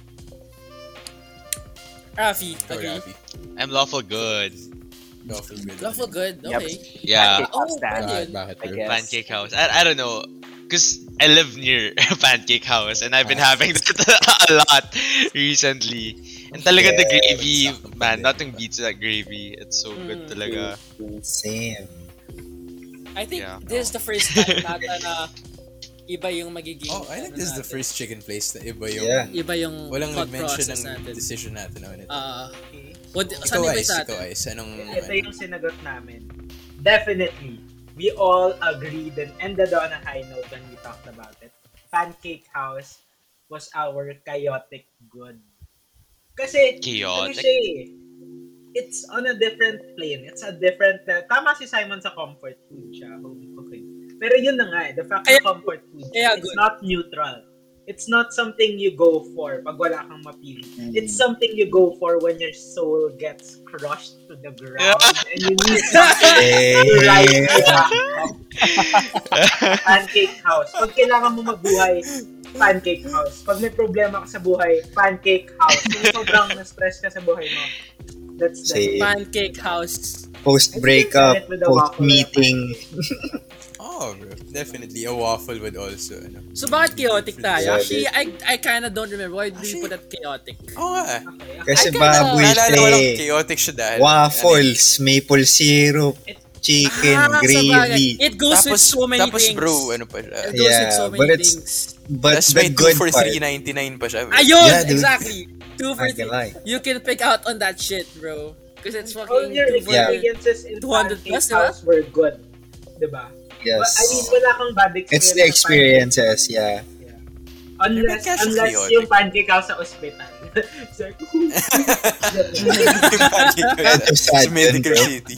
Rafi, Go, agree. Rafi. I'm lawful good. Lawful good. Lawful good, Yep. okay. Yeah. Pancake Oh, house style, pwede yun. bakit, I bro? guess. Pancake House. I, I don't know. Because I live near a Pancake House and I've been having that a lot recently. And talaga the Yeah, gravy, sakto pa man, din. nothing beats that gravy. It's so good Mm. talaga. Same. I think Yeah. this is the first time nata na iba yung magiging... Oh, I think this is the ano natin. first chicken place na iba yung... Yeah. Iba yung Walang thought nag-mention process ng natin. decision natin on it. Ah, what, Ikaw, saan iba Ice. sa Ikaw, atin? Ice. Anong... ano? Ito yung sinagot namin. Definitely, we all agreed and ended on a high note when we talked about it. Pancake House was our chaotic good. Kasi, ano siya Chaotic. eh, it's on a different plane. It's a different, na- tama si Simon sa comfort food siya, home cooking. Pero yun na nga eh, the fact Kaya- na comfort food, kaya it's good. not neutral. It's not something you go for pag wala kang mapili. It's something you go for when your soul gets crushed to the ground and you need something to rise back up. Pancake house. Pag kailangan mo magbuhay, pancake house. Pag may problema ka sa buhay, pancake house. Kung sobrang na-stress ka sa buhay mo, that's Same. the Pancake house. Post breakup, post meeting. Oh, bro. Definitely. A waffle would also, ano. So bakit chaotic Yeah, tayo? Actually, I I kind of don't remember. Why do you put that chaotic? Oo nga. Okay, okay. Kasi I kinda- baboy Naalala ko lang, siya eh. chaotic siya dahil... Ano Waffles, maple syrup, chicken, Ah, sabagay. gravy. It goes with so many tapos things. bro, ano pa siya. It goes with Yeah, so many but it's- things. But Tapos the may 2 good for part, 3.99 pa siya. bro. Ayun! Yeah, dude. exactly! Two for I can three. lie. You can pick out on that shit, bro. Because it's All fucking your two for Yeah. three. experiences in 200 pancake plus, diba? house were good. Diba? Well, I mean, Yes. wala kang bad experience. It's the sa pancake experiences, yeah. Pero Unless, ba't kaya siya unless chaotic? yung pancake house sa ospital. so, Yung pancake ko Medyo sa sa sad Medical din, bro. City.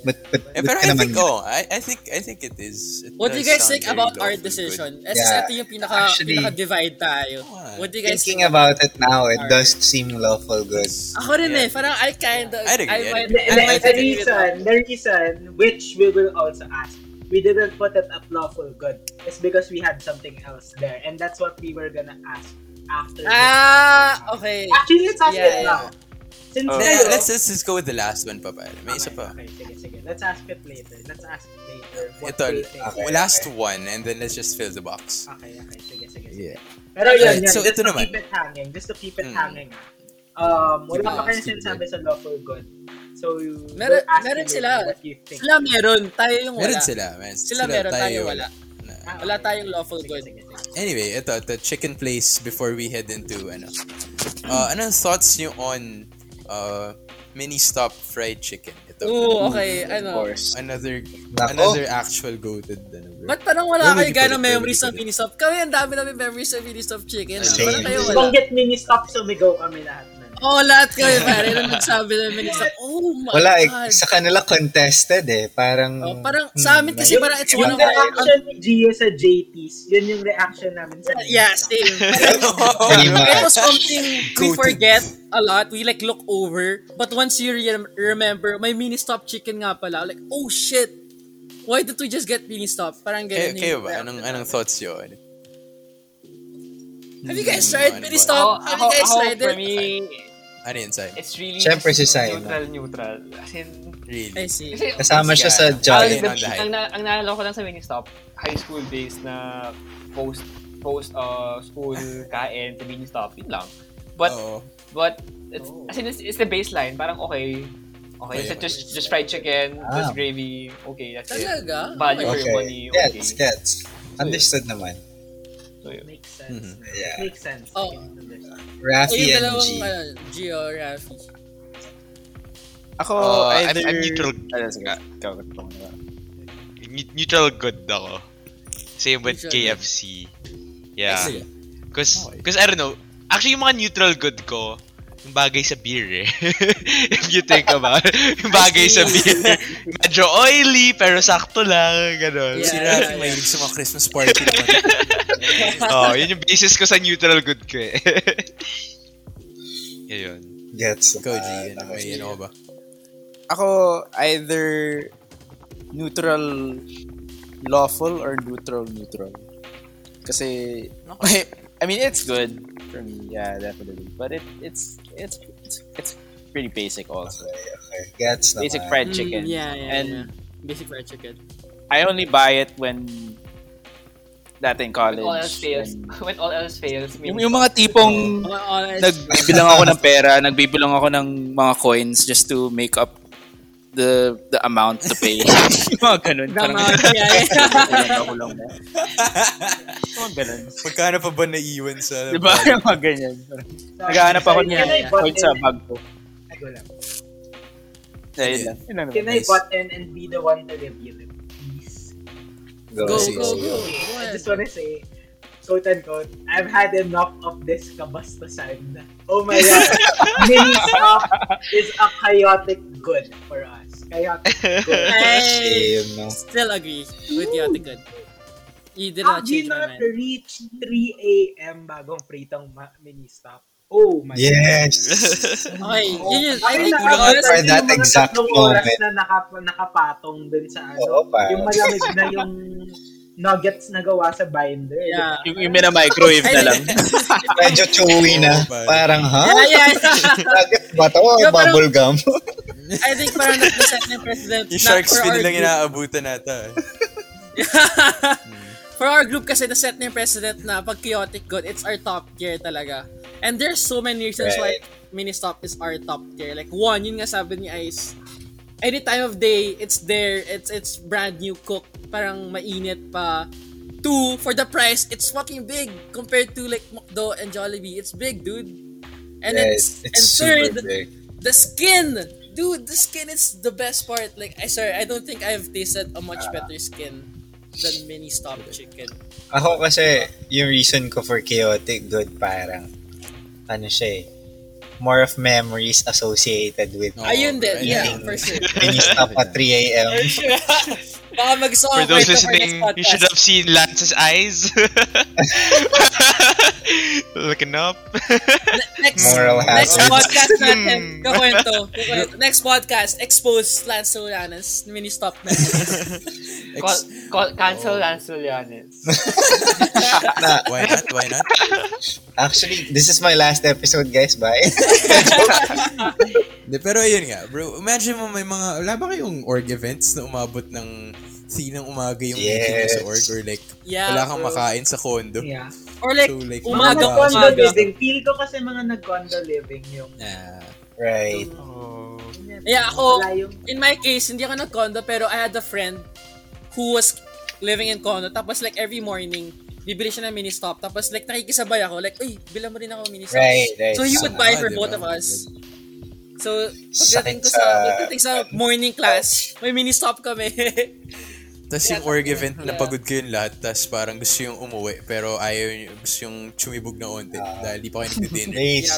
But, but, Eh, but pero ka I naman. think, oh, I, I think, I think it is. It What do you does guys sound think very about our lawful good. decision? As Yeah, yeah. ito yung pinaka, actually- pinaka-divide tayo. Oo nga, What do you guys Thinking about it now, it does seem lawful good. Ako rin eh. Parang I kind of... I'd agree, I I'd might, agree. Ano I And The, might the agree with that. reason, the reason, which we will also ask, we didn't put it up lawful good is because we had something else there, and that's what we were gonna ask after. this. Ah, okay. Actually, let's ask Yeah, it yeah. now. Since Oh. Let's, kayo- let's, let's just go with the last one pa pare. May isa okay, pa. okay, sige, sige. Let's ask it later. Let's ask it later. What Ito, ah, we think. okay. last one and then let's just fill the box. Ah, Okay, okay, sige, sige. Yeah. sige. Pero yun, Alright, yun, so ito just to naman. keep it hanging, just to keep it Mm. hanging. ah. Keep it Um, wala pa kayong hanging, sinasabi sa lawful good. So, Meron- we're asking meron you sila. What you think. Sila meron, tayo yung wala. Meron sila, man. Sila meron, tayo wala. Na- Ah, Wala okay. tayong lawful Sige, good. sige, sige. Anyway, ito, the chicken place before we head into, ano, uh, anong thoughts nyo on uh, mini-stop fried chicken? Ito, Oo, okay, ano. another, Nako. another actual goated, ano, bro. Ba't parang wala Where kayo would you put it? gano'ng Where would memories you ng put it? Minisop? Kami ang dami namin memories ng Minisop Chicken. ah. Same. Parang kayo wala. Kung get mini stop, sumigaw kami lahat na. Oo, lahat kayo pare. Nung nagsabi ng Minisop, oh my Wala, eh, God. sa kanila contested eh. Parang... Oh, parang hmm, sa amin kasi may- parang it's Yung one of our... reaction ni Gio sa JT's, yun yung reaction namin sa Yeah, same. Iba. It was something we Goated. forget a lot. We like look over. But once you re- remember, may mini stop chicken nga pala. Like, oh shit! Why didn't we just get mini stop? Parang Kayo, ganun. eh. kayo yung- ba? Anong, anong thoughts nyo? Ano? Have you guys tried Ano mini ba? stop? Have you Ako- guys ako, tried for it? me, Ano yun, Sai? it's really Siyempre si Sai, no? neutral, neutral. As in, I Really? see. kasi Kasama siya sa Jolly. on Jolly. Ang, the hype. ang, na, ang naalala ko lang sa Wingstop, high school days na post post uh, school kain sa Wingstop, yun lang. But Oo. but it's as in it's, it's the baseline, parang okay. Okay, Okay, so okay. just just fried chicken, Ah. just gravy, okay, that's it. Talaga? Value for your money, Okay. okay. Gets, gets. Understood naman. So, yun. Makes sense. Mhm. Yeah. Makes sense. Oh. Oh, Rafi yung and dalawang, G. ano, Gio, Rafi. Ako, Uh, I'm, either... I'm neutral, Ano, Ah, sige. Ikaw, ikaw muna. ne- neutral good ako. Same with Neutral good. KFC. Yeah. Sige. Cause, Okay. cause I don't know. Actually, yung mga neutral good ko, yung bagay sa beer eh. If you think about it. Yung bagay sa beer. Medyo oily, pero sakto lang. Ganon. Si Yeah. Rafi mahilig sa mga Christmas party naman. oh, yun yung basis ko sa neutral good ko eh. Ayun. Gets. Ikaw, G, naman. ano, may ano ka ba? Ako, either neutral lawful or neutral neutral. Kasi, I mean, it's good for me. Yeah, definitely. But it, it's, it's, it's, it's pretty basic also. Okay, okay. Gets naman. Basic fried Mm, chicken. yeah, yeah, And yeah. Basic fried chicken. I only buy it when dati in college. When all else fails, when- when all else fails, yung, yung mga tipong Mga honest. nagbibilang ako ng pera, nagbibilang ako ng mga coins just to make up the the amount to pay. Yung mga ganun. Parang Tama, yeah, yeah. ako lang. Mga ganun. Magkano pa ba naiwan sa... Diba? Yung mga ganyan. Naghahanap ako ng Can I butt coins sa in? bag ko. Ay, wala. Yeah, yun lang. Yun lang naman. Can I Nice. butt in and be the one to review them? Please. Go, Sige, go, sige. go. I just wanna say, quote unquote, I've had enough of this kabastasan. Oh my god. Mini stop is a chaotic good for us. Chaotic good. I Same, no? still agree with you, Ate Good. Ah, You did How not do you change my not mind. Ah, reach 3 a.m. bagong pritong ma- mini stop? Oh my Yes! Okay, yun yun. I Ay, think kulang honestly, for that yung mga exact tatlong moment. oras na naka- nakapatong dun sa ano, Oo, pa. yung malamig na yung nuggets na gawa sa binder. Yeah. Yung, yung minamicrowave na lang. Medyo chewy na. Oh, man. Parang, ha? Yeah, yeah, yeah. Nugget ba to? O Yeah, parang- bubble gum? I think parang nag-set ng precedent. Yung na sharks for fin our lang group. inaabutan nata. eh. For our group kasi na-set na yung precedent na pag chaotic good, it's our top tier talaga. And there's so many reasons Right. why Ministop is our top tier. Like one, yun nga sabi ni Ice, any time of day, it's there, it's it's brand new cook, parang mainit pa. Two, for the price, it's fucking big compared to like McDo and Jollibee. It's big, dude. And Yes, it's, and it's third, super big. The skin! Dude, the skin is the best part. Like, I sorry, I don't think I've tasted a much better skin than mini stop chicken. Ako kasi, yung reason ko for chaotic good parang, ano siya eh, more of memories associated with No. Ayun din, right. yeah, Yeah. for sure. when you stop at 3 a.m. For sure. Baka mag-song For those kayo for Oh, next listening, you podcast. should have seen Lance's eyes. Looking up. Next, Moral next hazard. podcast natin, Hmm. kakwento. kakwento. Next podcast, expose Lance Solanas. Mini-stop na. Call, call, cancel eh. Lance Julianes. Na- Why not? Why not? actually, this is my last episode, guys. Bye. De, pero ayun nga, bro. Imagine mo may mga, wala ba kayong org events na umabot ng sinang umaga yung meeting mo sa Yes. org or like Yeah, wala kang bro. makain sa condo. Yeah. Or like, So, like, umaga, mga nag-condo umaga. living. Feel ko kasi mga nag-condo living yung... Ah, right. Yeah, ako- Wala yung- in my case, hindi ako nag-condo, pero I had a friend who was living in condo. Tapos like every morning, bibili siya ng mini-stop. Tapos like nakikisabay ako. Like, uy, bilang mo rin ako ng mini-stop. Right, right. So he would buy Ah, for diba? both of us. So, Sakit pagdating ko sa, sa- pagdating sa morning class, may mini-stop kami. Tapos yung org event, napagod ko yun lahat. Tapos parang gusto yung umuwi, pero ayaw yung, gusto yung chumibog na onti Ah. dahil di pa kayo nagdi-dinner. Please.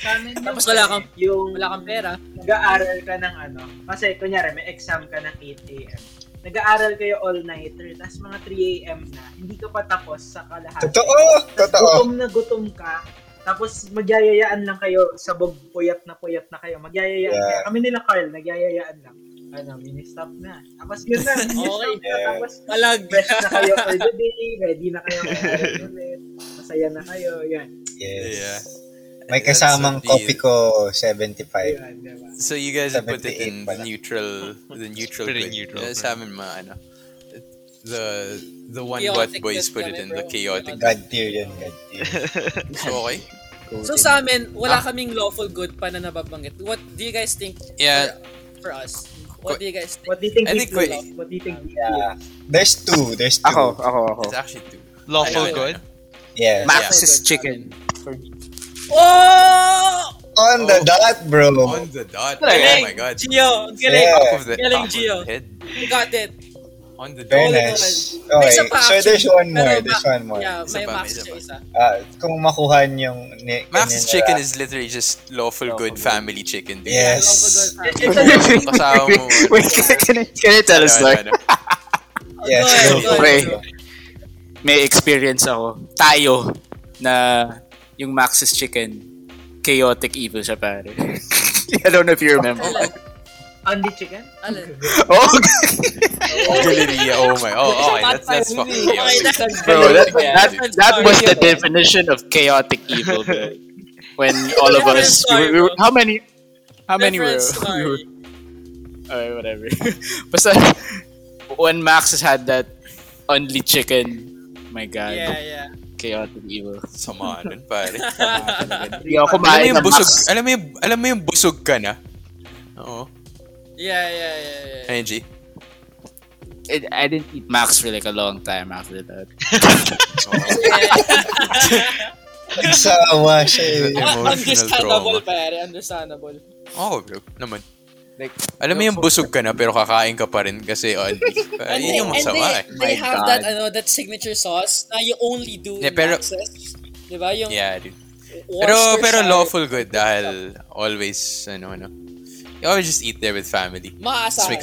Sa amin yung- Tapos wala kang- Yung Wala kang pera. nag-aaral ka ng ano, kasi kunyari may exam ka ng 8 a.m. Nag-aaral kayo all-nighter, tapos mga 3 a.m. na, hindi ka pa tapos sa kalahati. Totoo! Tas Totoo! gutom na gutom ka, tapos magyayayaan lang kayo sa bog, puyat na puyat na kayo, magyayayaan Yeah. kayo. Kami nila Carl, nagyayayaan lang. Ano, mini-stop na. Tapos yun na, mini-stop na. Yeah. Tapos Alag. fresh na kayo for the day, ready na kayo. mag-aaral ulit, Masaya na kayo, yan. Yes. Yeah. May That's kasamang indeed. copy ko, 75. Yun, diba? So you guys would put it 78 in pala. the neutral, the neutral Pretty good. neutral, Yeah, bro. sa amin mga ano, the the one Chaotic what boys good put it kami, in the bro. chaotic. God tier yun, God tier. So okay? So sa amin, wala kaming lawful good pa na nababanggit. What do you guys think Yeah, for us? What do you guys think? What do you I think he think feel? we- What do you think he feel? Yeah. There's two, there's two. Ako, ako, ako. it's actually two. Lawful Ayun, good? Yeah. Max Yeah. is chicken. Oh! On the Oh. dot, bro. On the dot. Galing! Oh my god. Gio! Ang galing! Yeah. Back of the Galing, back of Gio. the head. You got it! On the Very dot. nice. May Okay, isa pa, so there's actually. one more, Pero there's ma- one more. Yeah, Isa may pa, Max isa siya pa. isa. Ah, kung makuha yung... Ni, Max's kanina- chicken is literally just lawful Lawful good good. family chicken. Dude. I Yes. love a Oh, good family. It's a Kasama mo. Wait, can, I, can I tell a Ano, story? ano, ano. Yes, Go ahead, go go for ahead. it. may experience ako, tayo, na yung Max's Chicken, chaotic evil siya pare. I don't know if you remember. Alan, On the chicken? Alan. Oh, Galeria, oh my. Oh, okay. That's, that's Bad fucking timing. Okay, chaotic. that's bro, that, Yeah. that, that was the definition of chaotic evil. bro. When all of us, we, we, how many, how many were? different we were story. Alright, whatever. Basta, when Max has had that only chicken, my god, Yeah, yeah. chaotic evil. Sama nun, pare. Hindi ako Alam mo kumain yung ng busog, Max. alam mo yung, alam mo yung busog ka na. Oo. Yeah, yeah, yeah, yeah. Angie. I- I didn't eat Max for like a long time after that. Nagsawa siya eh. Ah, Emotional Understandable, trauma. Uh, pare. Understandable. Oo, bro. Oh, Naman. Like, Alam mo yung busog ka na pero kakain ka pa rin kasi on ah, And they, yun yung and they, masama eh. they My have God. that ano that signature sauce na you only do Yeah, in pero- Max's. Diba? Yung Yeah, dude. Worcestershire. Pero, pero lawful good dahil always, ano, ano. You always just eat there with family. Tapos may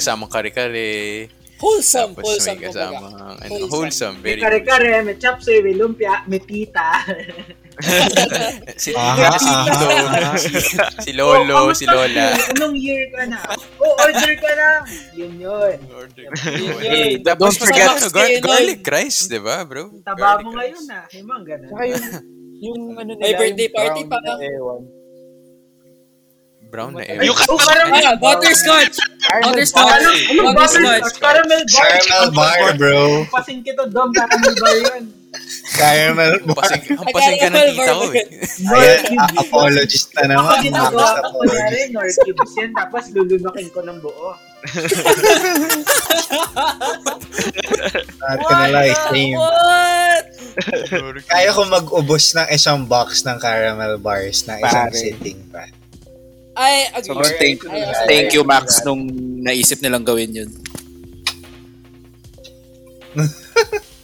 Maaasahan. kasamang kare-kare. Wholesome, Tapos may wholesome. kumbaga. kasama. Ano, Wholesome. wholesome. May Very wholesome. kare-kare, may chapsoy, may lumpia, may pita. si, Aha, si, aha, Tito, aha. si, si Lolo, Oh, si kamusta Lola. yun? Anong year ka na? Oh, order ka na! Yun yun. Hey, Tapos don't mas- forget, ano, gar- Yun, yun. garlic rice, di ba, bro? Ang Garlic Taba mo rice. ngayon ah. Yung mga ganun. Saka yung, yung ano nila, May birthday yung party brown pa. na eh. eh, ewan. Brown na eh. Ay, ewan. Yung- oh, parang, Ah, butterscotch! Butterscotch! parang, ano, Butterscotch! butterscotch, caramel bar. Caramel bar, bro. Pasing kita doon, caramel bar yun. Caramel bar. Hampasin, hampasin ka ng tita ko eh. Ayan, North Cubes. a- apologist na Ako naman. ginagawa Max, ko, apologist. kunyari, North Cubes yan, tapos lulunokin ko ng buo. Not gonna lie, eh, same. What? Kaya ko mag-ubos ng isang box ng caramel bars ng isang Pare. sitting pa. I agree. Sobrang thank, Alright. thank you, Max, nung naisip nilang gawin yun.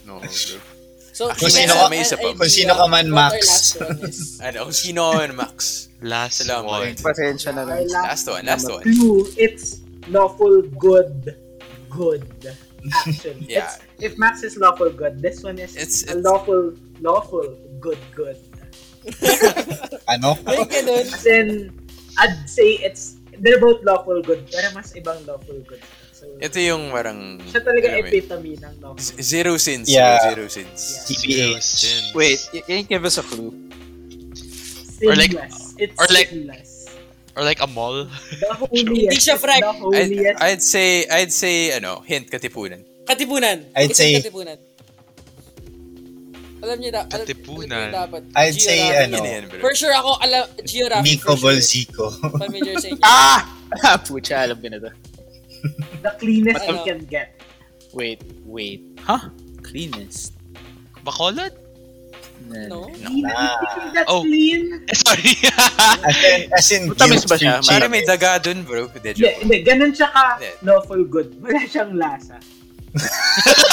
No, bro. So, Kung sino Mesa ka- may isa pa. and Kung sino Idea, ka man, what Max. our last one is. Ano, kung sino yun, Max? Last Salamat. one. Pasensya na Our Last one, last one. clue, it's lawful good. Good. Actually, Yeah. It's- if Max is lawful good, this one is It's- a it's- lawful lawful good good. Ano? Ay, ganun. As in, I'd say it's they're both lawful good, pero mas ibang lawful good. So, Ito yung parang... siya talaga alam mo yun, epitome ng lawful. z- Zero sins. Yeah. bro, Zero sins. TPH. Sins. Wait, y- can you give us a clue? Or like- Sinless. It's or like- sinless. Or like a mall. The holiest. Hindi siya It's frag. The I'd, holiest. I'd say, I'd say, ano, hint, katipunan. Katipunan. I'd Isang say- Katipunan. Alam niyo da- alam- Katipunan. alam niyo dapat. I'd say, Geography. ano, Yun yan, bro. eh. For sure ako, alam, geography. Miko for sure. Bolzico. Familiar sa inyo. Ah! Pucha, alam ko na to. the cleanest Ano? you can get. Wait, wait. Huh? Cleanest? Bacolod? No? Clean. Ah. You think that's Oh. clean? Eh, sorry. As in, as in Matamis ba siya? guilt-free Parang may daga dun, bro. Hindi, Hindi, joke. hindi. Ganun siya ka Hindi. lawful good. Wala siyang lasa. Wala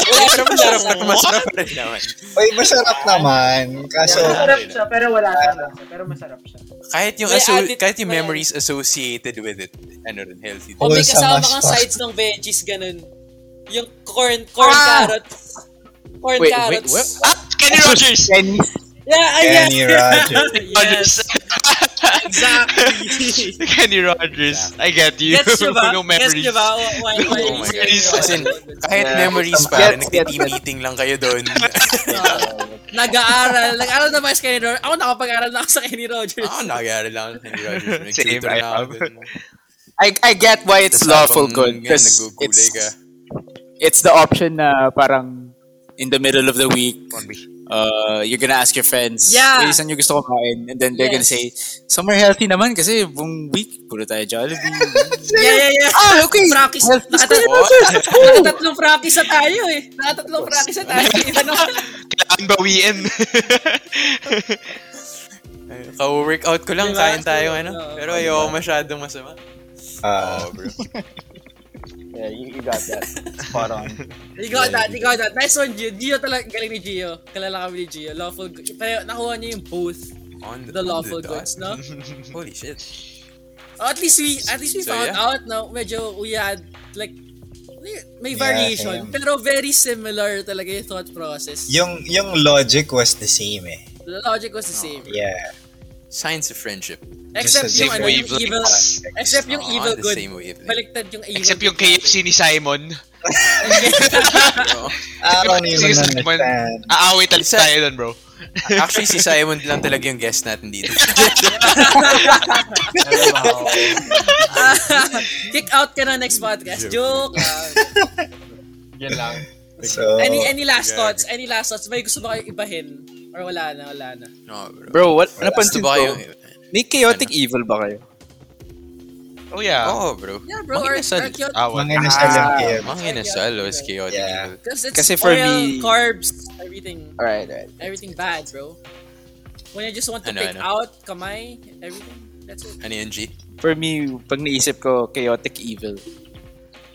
Pero siyang masarap lasa. na masarap pa rin naman. cheat. Uy, masarap naman. Kaso, masarap siya, pero wala siyang lasa. Pero masarap siya. Kahit yung, May aso- added- kahit yung may- memories associated with it, ano rin, healthy. O Oh, may Wholesome kasama as kang fuck. sides ng veggies, ganun. Yung corn, corn carrots. Corn Wait, wait, carrots. what? Ah, Kenny Rogers! Yeah, ay, yeah. Kenny Rogers. Yes. Exactly. Kenny Rogers. I get you. Gets nyo ba? no Gets memories. nyo ba? Why, why, Oh my God. why- As in, kahit memories pa, Yes, nagte-team meeting lang kayo doon. nag-aaral. Nag-aaral na ba si Kenny Rogers? Ako nakapag-aaral na ako sa Kenny Rogers. Ako, Ah, nangyari lang. Hindi, Rogers. May Same, tutor I na ako have. dun. I, I get why it's Tas lawful habang good. ganyan, Because nagugulay it's, ka. it's the option na parang in the middle of the week, One week. uh, you're gonna ask your friends, Yeah. "Hey, saan yung gusto kumain?" And then they're Yes. gonna say, somewhere healthy naman kasi buong week, puro tayo Jollibee. Yeah, yeah, yeah. ah, okay. Practice. Healthy Nakata- What? Nakatatlong practice na tayo eh. Nakatatlong practice na tayo. eh. Ano? Iba na. Kailangan bawiin. Ka-workout ko lang, Diba? kain tayo, ano. Oo. diba? Pero ayoko masyadong masama. Ah, bro. Yeah, you, you got that. Spot on. You got that, you got that. Nice one, Gio. Gio talaga, galing ni Gio. Kalala kami ni Gio. Lawful good. Pero nakuha niya yung both On the lawful ah. goods, no? Holy shit. Oh, at least we at least we So, found yeah. out no medyo we had like may- may Yeah, same. variation pero very similar talaga yung thought process. yung, yung logic was the same eh. The logic was the same. Yeah. Signs of friendship. Except Just a yung different ano, yung evil wavelengths. except yung Oo, evil Ah, the good. same wavelength. Baliktad yung evil. Except good yung KFC ni Simon. Oo. I don't even Seriously, man. understand. Aaway talaga Isa- tayo dun, bro. Actually, si Simon lang talaga yung guest natin dito. natin. Kick out ka na next podcast. Joke. lang. Yan lang. So, any any Gag. last thoughts? Any last thoughts? May gusto ba kayo ibahin? Or wala na, wala na. no, bro. diba Bro, what, Gusto napansin ba kayo? ko, may chaotic evil ba kayo? Oh, yeah. Oo, bro. Yeah, bro. Or, Manginasal. or cute. Awan. mga nasalang Ah. kayo. Mga inasal was chaotic. Yeah. evil. Because it's Kasi Kasi for for me- carbs, everything. Alright, alright. Everything bad, bro. When I just want to Ano, pick ano? out kamay, everything. That's it. Ano yun, G? For me, pag naisip ko, chaotic evil.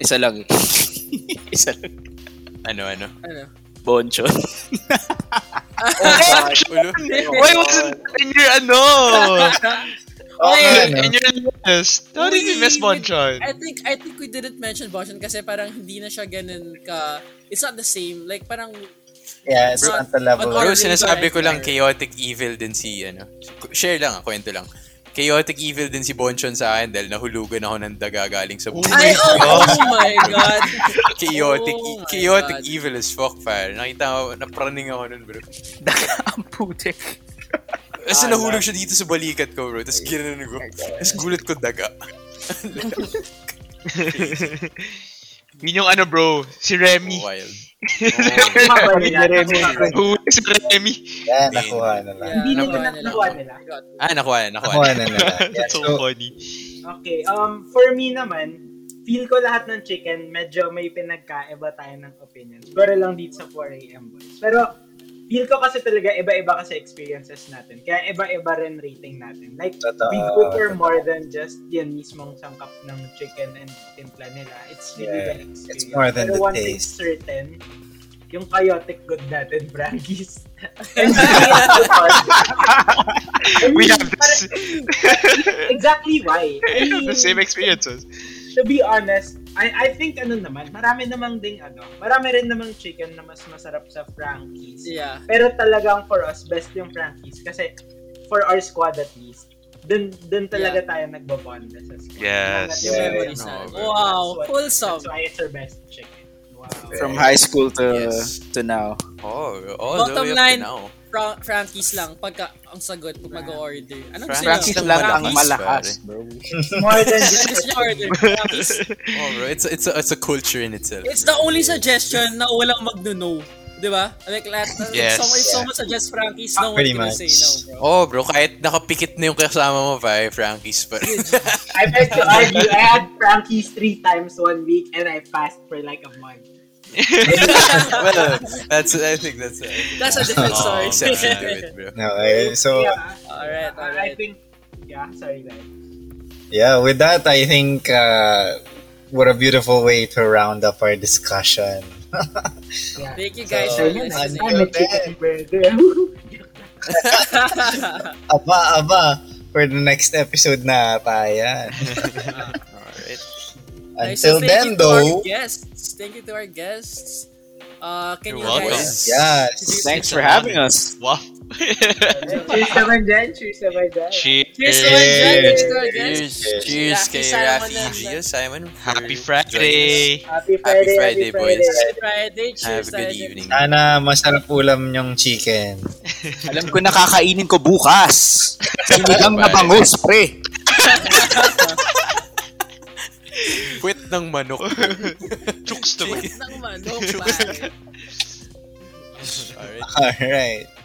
Isa lang eh. Isa lang. Ano, ano? Ano? Bonchon. Ulo? Oh, Why wasn't in your ano? Oh, Okay. ano? In your list? How did you miss Bonchon? I think I think we didn't mention Boshan kasi parang hindi na siya ganun ka it's not the same. Like parang Yeah, it's Bro, not the level. on- Bro, Or sinasabi really ko lang, or- chaotic evil din si, ano, share lang, ah, kwento lang. Chaotic evil din si Bonchon sa akin dahil nahulugan ako ng daga galing sa buhay. Ay, oh, oh my god. chaotic, e- Oh my chaotic God. evil as fuck, pal. Nakita ko, napraning ako nun, bro. Ang putik. Ah, Kasi nahulog siya dito sa balikat ko, bro. Tapos ginanon ko. Tapos gulat ko daga. Yun yung ano, bro. Si Remy. Wild. Oh, Nakuha nila. Huli si Remy. Yeah, nakuha na lang. Yeah, Hindi nila nakuha nila. nakuha nila. Ah, nakuha na, nakuha Nakuha na. na nila. Yeah, That's so so, funny. Okay, um, for me naman, feel ko lahat ng chicken, medyo may pinagkaiba tayo ng opinions. Pero lang dito sa 4am boys. Pero, feel ko kasi talaga iba-iba kasi experiences natin. Kaya iba-iba rin rating natin. Like, Totoo, we go totoo. for more than just yun mismong sangkap ng chicken and timpla nila. It's really Yeah, the experience. it's more than Pero the one thing's taste. certain, yung chaotic good natin, Brangis. And I mean, We have parang- this. exactly why. I We have mean, the same experiences. to be honest, I, I think ano naman, marami namang ding ano, marami rin namang chicken na mas masarap sa Frankie's. Yeah. Pero talagang for us, best yung Frankie's. Kasi for our squad at least, dun, dun talaga tayo nagbabonda sa squad. Yes. Yung memories na. Wow, wholesome. That's why it's our best chicken. Wow. From high school to Yes. to now. Oh, all the Bottom way up to line, now. Fra- Frankie's lang. Pagka, ang sagot, pag mag-order. Ano gusto nyo? Frankie's lang ang malakas, bro. More than Ano just gusto nyo order? Frankie's. Oh, bro, it's a, it's a, it's a culture in itself. It's the only suggestion na walang magno-no. Di ba? Like, lahat, Yes. if, someone, if someone suggests Frankie's, no Ah, one's Pretty gonna much. say no, bro. Oh, bro, kahit nakapikit na yung kasama mo pa, eh, Frankie's pa rin. I beg to argue, I had Frankie's three times one week and I fasted for like a month. well, that's, I think that's a, That's a oh, different story. exception to it, bro. No, eh, so yeah, uh, alright, I, I alright. think, yeah, sorry guys. yeah, with that, I think uh, what a beautiful way to round up our discussion. Yeah. Thank you guys So, for yun, listening. I'm a chicken burger. Aba, aba, for the next episode na tayan. Alright. Alright, Until so thank you then, to our though, guests. Thank you to our guests. Uh, can You're you welcome. guys... yes. Thanks for having us. Wow. Cheers naman dyan, cheers naman dyan. Cheers. Cheers to our guests. Cheers to our guests. Cheers, cheers kay Rafi, Simon Rafi, and- Gio, Simon. for Happy joining us. Friday. Happy Friday, Friday, happy Friday, boys. Friday. Cheers Have a good tayo. evening. Sana masarap ulam yung chicken. Alam ko nakakainin ko bukas. Sinigang na Bye. bangus, pre. Quit ng manok. Chooks to Wait lang, manok, pare. Alright. Alright.